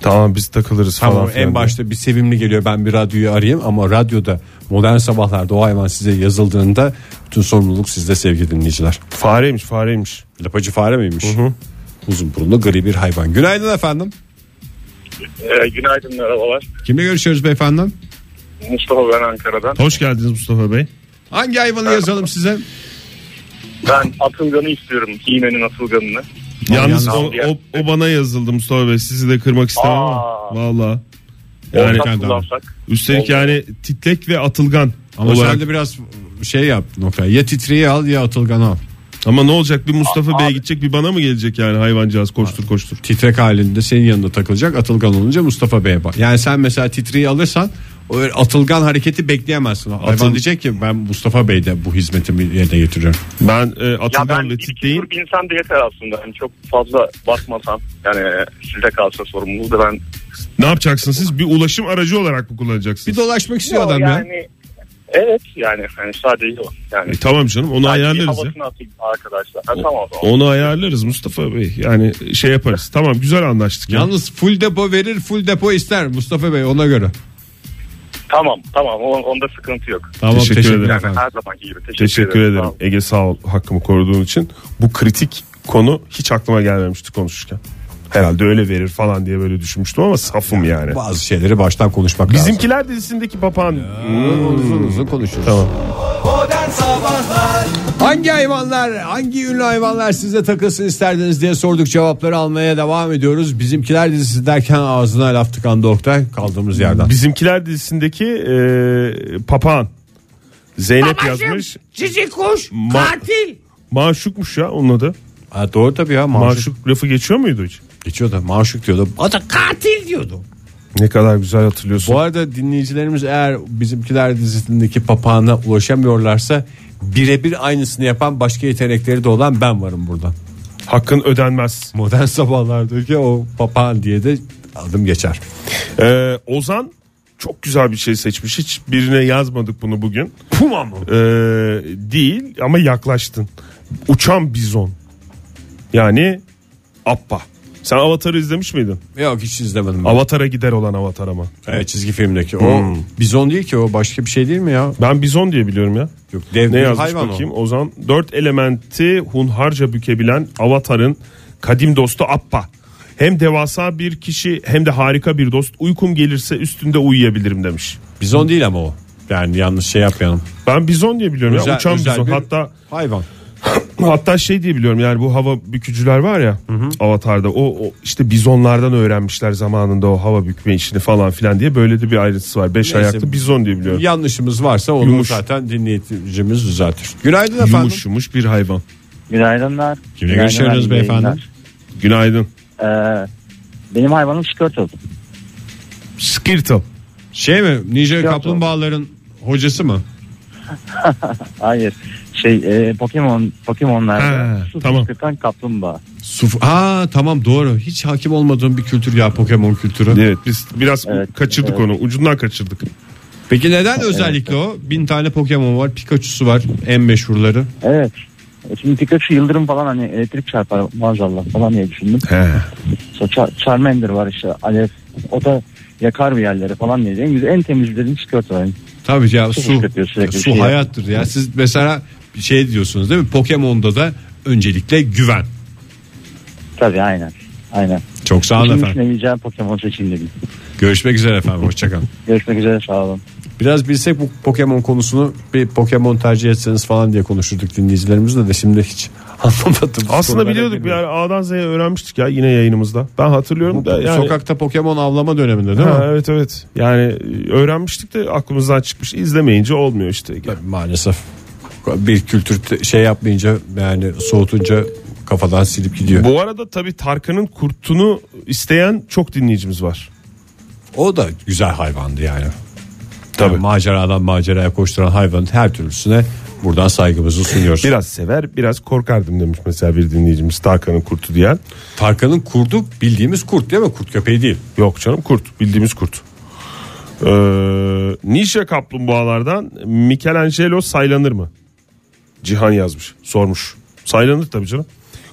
Speaker 3: Tamam biz takılırız
Speaker 2: Tamam
Speaker 3: falan. filan
Speaker 2: en başta bir sevimli geliyor ben bir radyoyu arayayım ama radyoda modern sabahlarda o hayvan size yazıldığında bütün sorumluluk sizde sevgili dinleyiciler.
Speaker 3: diye. Fareymiş fareymiş.
Speaker 2: Lapacı fare miymiş?
Speaker 3: hı.
Speaker 2: Uzun burunlu gri bir hayvan. Günaydın efendim.
Speaker 5: Ee, günaydın merhabalar.
Speaker 2: Kimle görüşüyoruz beyefendi?
Speaker 5: Mustafa ben Ankara'dan.
Speaker 3: Hoş geldiniz Mustafa Bey.
Speaker 2: Hangi hayvanı yazalım size?
Speaker 5: Ben atılganı istiyorum. Hime'nin atılganını.
Speaker 3: Yalnız
Speaker 2: yalnız-
Speaker 3: o, o, o bana yazıldı Mustafa Bey. Sizi de kırmak istemem ama.
Speaker 5: Aa.
Speaker 3: Valla.
Speaker 5: Yani
Speaker 3: Yani,
Speaker 5: kullansak.
Speaker 3: üstelik yani titlek ve atılgan
Speaker 2: Ama
Speaker 3: olarak.
Speaker 2: sen de biraz şey yap nokta. Ya titreyi al ya atılgan al.
Speaker 3: Ama ne olacak bir Mustafa Bey'e gidecek bir bana mı gelecek yani hayvancağız koştur koştur.
Speaker 2: Titrek halinde senin yanında takılacak. Atılgan olunca Mustafa Bey'e bak. Yani sen mesela titreyi alırsan o öyle atılgan hareketi bekleyemezsin. Hayvan
Speaker 3: Atıl-
Speaker 2: diyecek ki ben Mustafa Bey'de bu hizmetimi yerine getiriyorum.
Speaker 3: Ben e,
Speaker 5: Ya ben
Speaker 3: atılgan ve
Speaker 5: bir iki
Speaker 3: titleyin.
Speaker 5: tur binsem de yeter aslında. Hani çok fazla bakmasam. Yani e, sizde kalsa sorumluluğu da ben.
Speaker 3: Ne yapacaksınız siz? Bir ulaşım aracı olarak
Speaker 2: Bir
Speaker 3: mı kullanacaksınız?
Speaker 2: şey dolaşmak istiyor adam ya.
Speaker 5: yani, Evet yani hani sadece o. Yani
Speaker 3: E, tamam canım onu
Speaker 5: Belki
Speaker 3: ayarlarız ya.
Speaker 5: havasını atayım arkadaşlar. Ha, tamam o zaman.
Speaker 3: Onu ayarlarız Mustafa Bey. Yani şey yaparız. Tamam güzel anlaştık. ya.
Speaker 2: Yalnız full depo verir full depo ister Mustafa Bey ona göre.
Speaker 5: Tamam tamam on- onda sıkıntı yok.
Speaker 2: Tamam
Speaker 3: Teşekkür
Speaker 2: teşekkür,
Speaker 3: ederim.
Speaker 2: ederim.
Speaker 5: Yani
Speaker 2: efendim.
Speaker 5: her zamanki gibi. Teşekkür,
Speaker 3: Teşekkür ederim.
Speaker 5: Tamam.
Speaker 3: Ege sağ ol hakkımı koruduğun için. Bu kritik konu hiç aklıma gelmemişti konuşurken. Herhalde öyle verir falan diye böyle düşünmüştüm ama safım yani.
Speaker 2: Bazı şeyleri baştan konuşmak lazım.
Speaker 3: Bizimkiler dizisindeki papağan.
Speaker 2: Uzun uzun konuşuruz.
Speaker 3: Tamam.
Speaker 2: Hangi hayvanlar, hangi ünlü hayvanlar size takılsın isterdiniz diye sorduk cevapları almaya devam ediyoruz. Bizimkiler dizisi derken ağzına laf tıkandı Oktay kaldığımız yerden.
Speaker 3: Bizimkiler dizisindeki e, papağan. Zeynep yazmış.
Speaker 8: Cici kuş
Speaker 3: Ma-
Speaker 8: katil.
Speaker 3: Maşukmuş ya onun adı.
Speaker 2: Ha, doğru tabii ya maşuk.
Speaker 3: Maşuk lafı geçiyor muydu hiç?
Speaker 2: Geçiyor da maşuk diyordu.
Speaker 8: O da katil diyordu.
Speaker 3: Ne kadar güzel hatırlıyorsun.
Speaker 2: Bu arada dinleyicilerimiz eğer bizimkiler dizisindeki papağana ulaşamıyorlarsa birebir aynısını yapan başka yetenekleri de olan ben varım burada.
Speaker 3: Hakkın ödenmez.
Speaker 2: Modern sabahlardaki o papağan diye de adım geçer.
Speaker 3: Ee, Ozan çok güzel bir şey seçmiş. Hiç birine yazmadık bunu bugün.
Speaker 2: Puma mı?
Speaker 3: Ee, değil ama yaklaştın. Uçan bizon. Yani Appa. Sen Avatar'ı izlemiş miydin?
Speaker 2: Yok hiç izlemedim. Ben.
Speaker 3: Avatar'a gider olan Avatar ama.
Speaker 2: Evet, çizgi filmdeki o
Speaker 1: Hmm.
Speaker 2: bizon değil ki o başka bir şey değil mi ya?
Speaker 3: Ben bizon diye biliyorum ya.
Speaker 2: Yok dev
Speaker 3: Ne
Speaker 2: bir
Speaker 3: yazmış
Speaker 2: hayvan
Speaker 3: bakayım Ozan? Dört elementi hunharca bükebilen Avatar'ın kadim dostu Appa. Hem devasa bir kişi hem de harika bir dost. Uykum gelirse üstünde uyuyabilirim demiş.
Speaker 2: o. Bizon değil ama o. Yani yanlış şey yapmayalım.
Speaker 3: Ben bizon diye biliyorum ya.
Speaker 2: Özel-
Speaker 3: Uçan
Speaker 2: özel
Speaker 3: bizon.
Speaker 2: bir-
Speaker 3: Hatta
Speaker 2: Hayvan.
Speaker 3: Hatta şey diye biliyorum yani bu hava bükücüler var ya Avatar'da o, o işte bizonlardan öğrenmişler zamanında o hava bükme işini falan filan diye böyle de bir ayrıntısı var. Beş
Speaker 2: Neyse.
Speaker 3: ayaklı bizon diye biliyorum.
Speaker 2: Yanlışımız varsa onu
Speaker 3: Yumuş.
Speaker 2: zaten dinleyicimiz düzeltir. Günaydın efendim.
Speaker 3: Yumuş yumuş bir hayvan.
Speaker 9: Günaydınlar.
Speaker 2: Kimle
Speaker 9: Günaydın
Speaker 2: görüşüyoruz
Speaker 9: abi,
Speaker 2: beyefendi?
Speaker 3: Günaydın.
Speaker 9: yayınlar. Ee, benim hayvanım Skirtle.
Speaker 3: Skirtle.
Speaker 2: Şey mi? Ninja
Speaker 9: Yok,
Speaker 2: Kaplumbağaların hocası mı?
Speaker 9: Hayır. Şey e, Pokemon Pokemon'larda
Speaker 3: Ha,
Speaker 9: su
Speaker 3: tamam.
Speaker 9: fışkırtan kaplumbağa.
Speaker 2: Suf Aa tamam doğru. Hiç hakim olmadığım bir kültür ya Pokemon kültürü.
Speaker 3: Evet biz biraz
Speaker 9: Evet,
Speaker 3: kaçırdık
Speaker 9: evet.
Speaker 3: onu ucundan kaçırdık.
Speaker 2: Peki neden özellikle o? Bin tane Pokemon var. Pikachu'su var. En meşhurları.
Speaker 9: Evet. E, Şimdi Pikachu yıldırım falan hani elektrik çarpar maazallah falan diye düşündüm.
Speaker 3: He.
Speaker 9: Sonra Char- Charmander var işte Alev. O da yakar bir yerlere falan diye. En, güzel, en temizlerini çıkartıyor.
Speaker 1: Tabii ya
Speaker 9: Su
Speaker 1: su.
Speaker 9: fışkırtıyor sürekli,
Speaker 1: Su
Speaker 9: şey
Speaker 1: hayattır ya. Siz mesela şey diyorsunuz değil mi? Pokemon'da da öncelikle güven.
Speaker 9: Tabii aynen. Aynen.
Speaker 1: Çok sağ olun
Speaker 9: Şimdi
Speaker 1: efendim.
Speaker 9: düşünemeyeceğim Pokemon seçin dedim.
Speaker 1: Görüşmek üzere efendim. Hoşçakalın.
Speaker 9: Görüşmek üzere sağ olun.
Speaker 1: Biraz bilsek bu Pokemon konusunu bir Pokemon tercih etseniz falan diye konuşurduk dinleyicilerimizle de şimdi hiç (laughs) anlamadım.
Speaker 3: Aslında
Speaker 1: Sorulara
Speaker 3: biliyorduk
Speaker 1: girmiyor.
Speaker 3: yani A'dan Z'ye öğrenmiştik ya yine yayınımızda. Ben hatırlıyorum da yani.
Speaker 1: Sokakta Pokemon avlama döneminde değil
Speaker 3: Ha,
Speaker 1: mi?
Speaker 3: evet evet. Yani e, öğrenmiştik de aklımızdan çıkmış. İzlemeyince olmuyor işte.
Speaker 1: Maalesef bir kültür te- şey yapmayınca yani soğutunca kafadan silip gidiyor.
Speaker 3: Bu arada tabii Tarkan'ın kurtunu isteyen çok dinleyicimiz var.
Speaker 1: O da güzel hayvandı yani. Tabii. maceradan maceraya koşturan hayvanın her türlüsüne buradan saygımızı sunuyoruz.
Speaker 3: Biraz sever, biraz korkardım demiş mesela bir dinleyicimiz Tarkan'ın kurtu diyen.
Speaker 1: Tarkan'ın kurdu bildiğimiz kurt değil mi? Kurt köpeği değil.
Speaker 3: Yok canım kurt, bildiğimiz kurt. Ee, Nişe kaplumbağalardan Michelangelo saylanır mı? Cihan yazmış, sormuş. Saylanır tabii canım.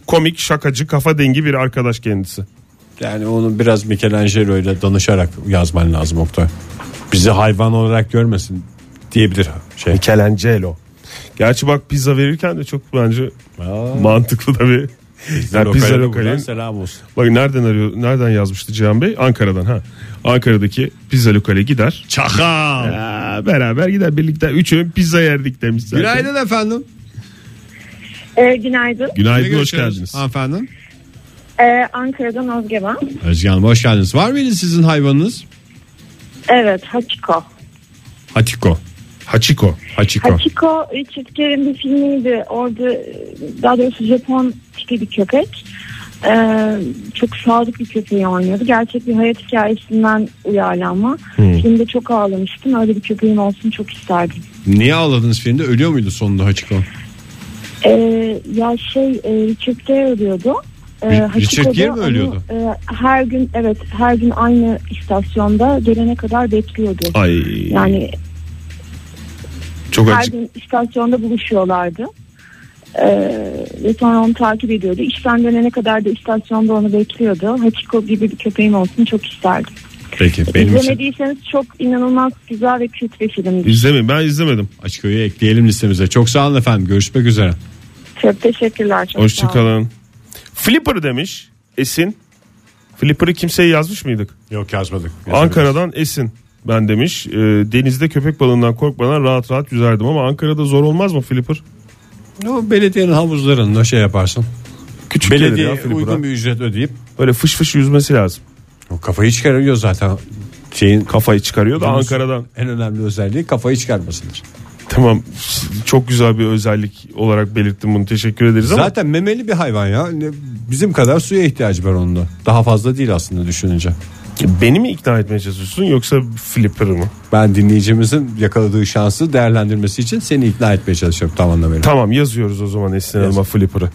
Speaker 3: Komik, şakacı, kafa dengi bir arkadaş kendisi.
Speaker 1: Yani onu biraz Michelangelo ile danışarak yazman lazım Oktay. Bizi hayvan olarak görmesin diyebilir şey.
Speaker 3: Michelangelo. Gerçi bak pizza verirken de çok bence mantıklı da bir Yani pizza
Speaker 1: Lokale
Speaker 3: lokalin-
Speaker 1: buradan selam olsun.
Speaker 3: Bak nereden arıyor? Nereden yazmıştı Cihan Bey? Ankara'dan ha. Ankara'daki pizza lokale gider. Çakal. beraber gider birlikte üçü pizza yerdik demiş zaten.
Speaker 1: Günaydın efendim.
Speaker 10: Ee, günaydın.
Speaker 3: Günaydın hoş geldiniz.
Speaker 1: Efendim.
Speaker 10: Ee, Ankara'dan Özge ben.
Speaker 1: Özge Hanım hoş geldiniz. Var mıydı sizin hayvanınız?
Speaker 10: Evet, Hachiko.
Speaker 1: Hatiko.
Speaker 3: Hachiko.
Speaker 1: Hachiko.
Speaker 10: Hachiko Richard Gere'in bir filmiydi. Orada e, daha doğrusu Japon tipi bir köpek. Ee, çok sadık bir köpeği oynuyordu. Gerçek bir hayat hikayesinden uyarlanma. Filmde çok ağlamıştım. Öyle bir köpeğim olsun çok isterdim.
Speaker 1: Niye ağladınız filmde? Ölüyor muydu sonunda Hachiko?
Speaker 10: Ee, ya şey e, Richard Gere ölüyordu. Ee,
Speaker 1: Ri-
Speaker 10: Hachiko
Speaker 1: Richard
Speaker 10: da
Speaker 1: Gere mi
Speaker 10: onu,
Speaker 1: ölüyordu?
Speaker 10: e, her gün evet her gün aynı istasyonda gelene kadar bekliyordu.
Speaker 3: Ay
Speaker 10: Yani
Speaker 3: çok
Speaker 10: her
Speaker 3: acık.
Speaker 10: gün istasyonda buluşuyorlardı. Ee, ve sonra onu takip ediyordu. İşten dönene kadar da istasyonda onu bekliyordu. Hachiko gibi bir köpeğim olsun çok isterdim.
Speaker 1: Peki benim için
Speaker 10: İzlemediyseniz çok inanılmaz güzel ve kült bir filmdi.
Speaker 3: İzlemedim ben izlemedim.
Speaker 1: Hachiko'yu ekleyelim listemize. Çok sağ olun efendim. Görüşmek üzere.
Speaker 10: Çok teşekkürler. Çok sağ olun.
Speaker 3: Hoşçakalın. Flipper demiş Esin. Flipper'ı kimseye yazmış mıydık?
Speaker 1: Yok yazmadık.
Speaker 3: Ankara'dan Esin ben demiş. Ee, denizde köpek balığından korkmadan rahat rahat yüzerdim ama Ankara'da zor olmaz mı Flipper?
Speaker 1: O belediyenin havuzlarında şey yaparsın.
Speaker 3: Küçük gelir
Speaker 1: Belediye
Speaker 3: ya Flipper'a.
Speaker 1: uygun bir ücret ödeyip
Speaker 3: Böyle fış fış yüzmesi lazım.
Speaker 1: o kafayı çıkarıyor zaten. Şeyin
Speaker 3: Kafayı çıkarıyor da
Speaker 1: Yalnız-
Speaker 3: Ankara'dan.
Speaker 1: en önemli özelliği kafayı çıkarmasıdır.
Speaker 3: Tamam çok güzel bir özellik olarak belirttim bunu teşekkür ederiz ama
Speaker 1: Zaten memeli bir hayvan ya. Ne- Bizim kadar suya ihtiyacı var onun da. Daha fazla değil aslında düşününce.
Speaker 3: beni mi ikna etmeye çalışıyorsun yoksa flipper mı?
Speaker 1: Ben dinleyicimizin yakaladığı şansı değerlendirmesi için seni ikna etmeye çalışıyorum tam anlamıyla.
Speaker 3: Tamam yazıyoruz o zaman Esin Hanım'a flipper'ı.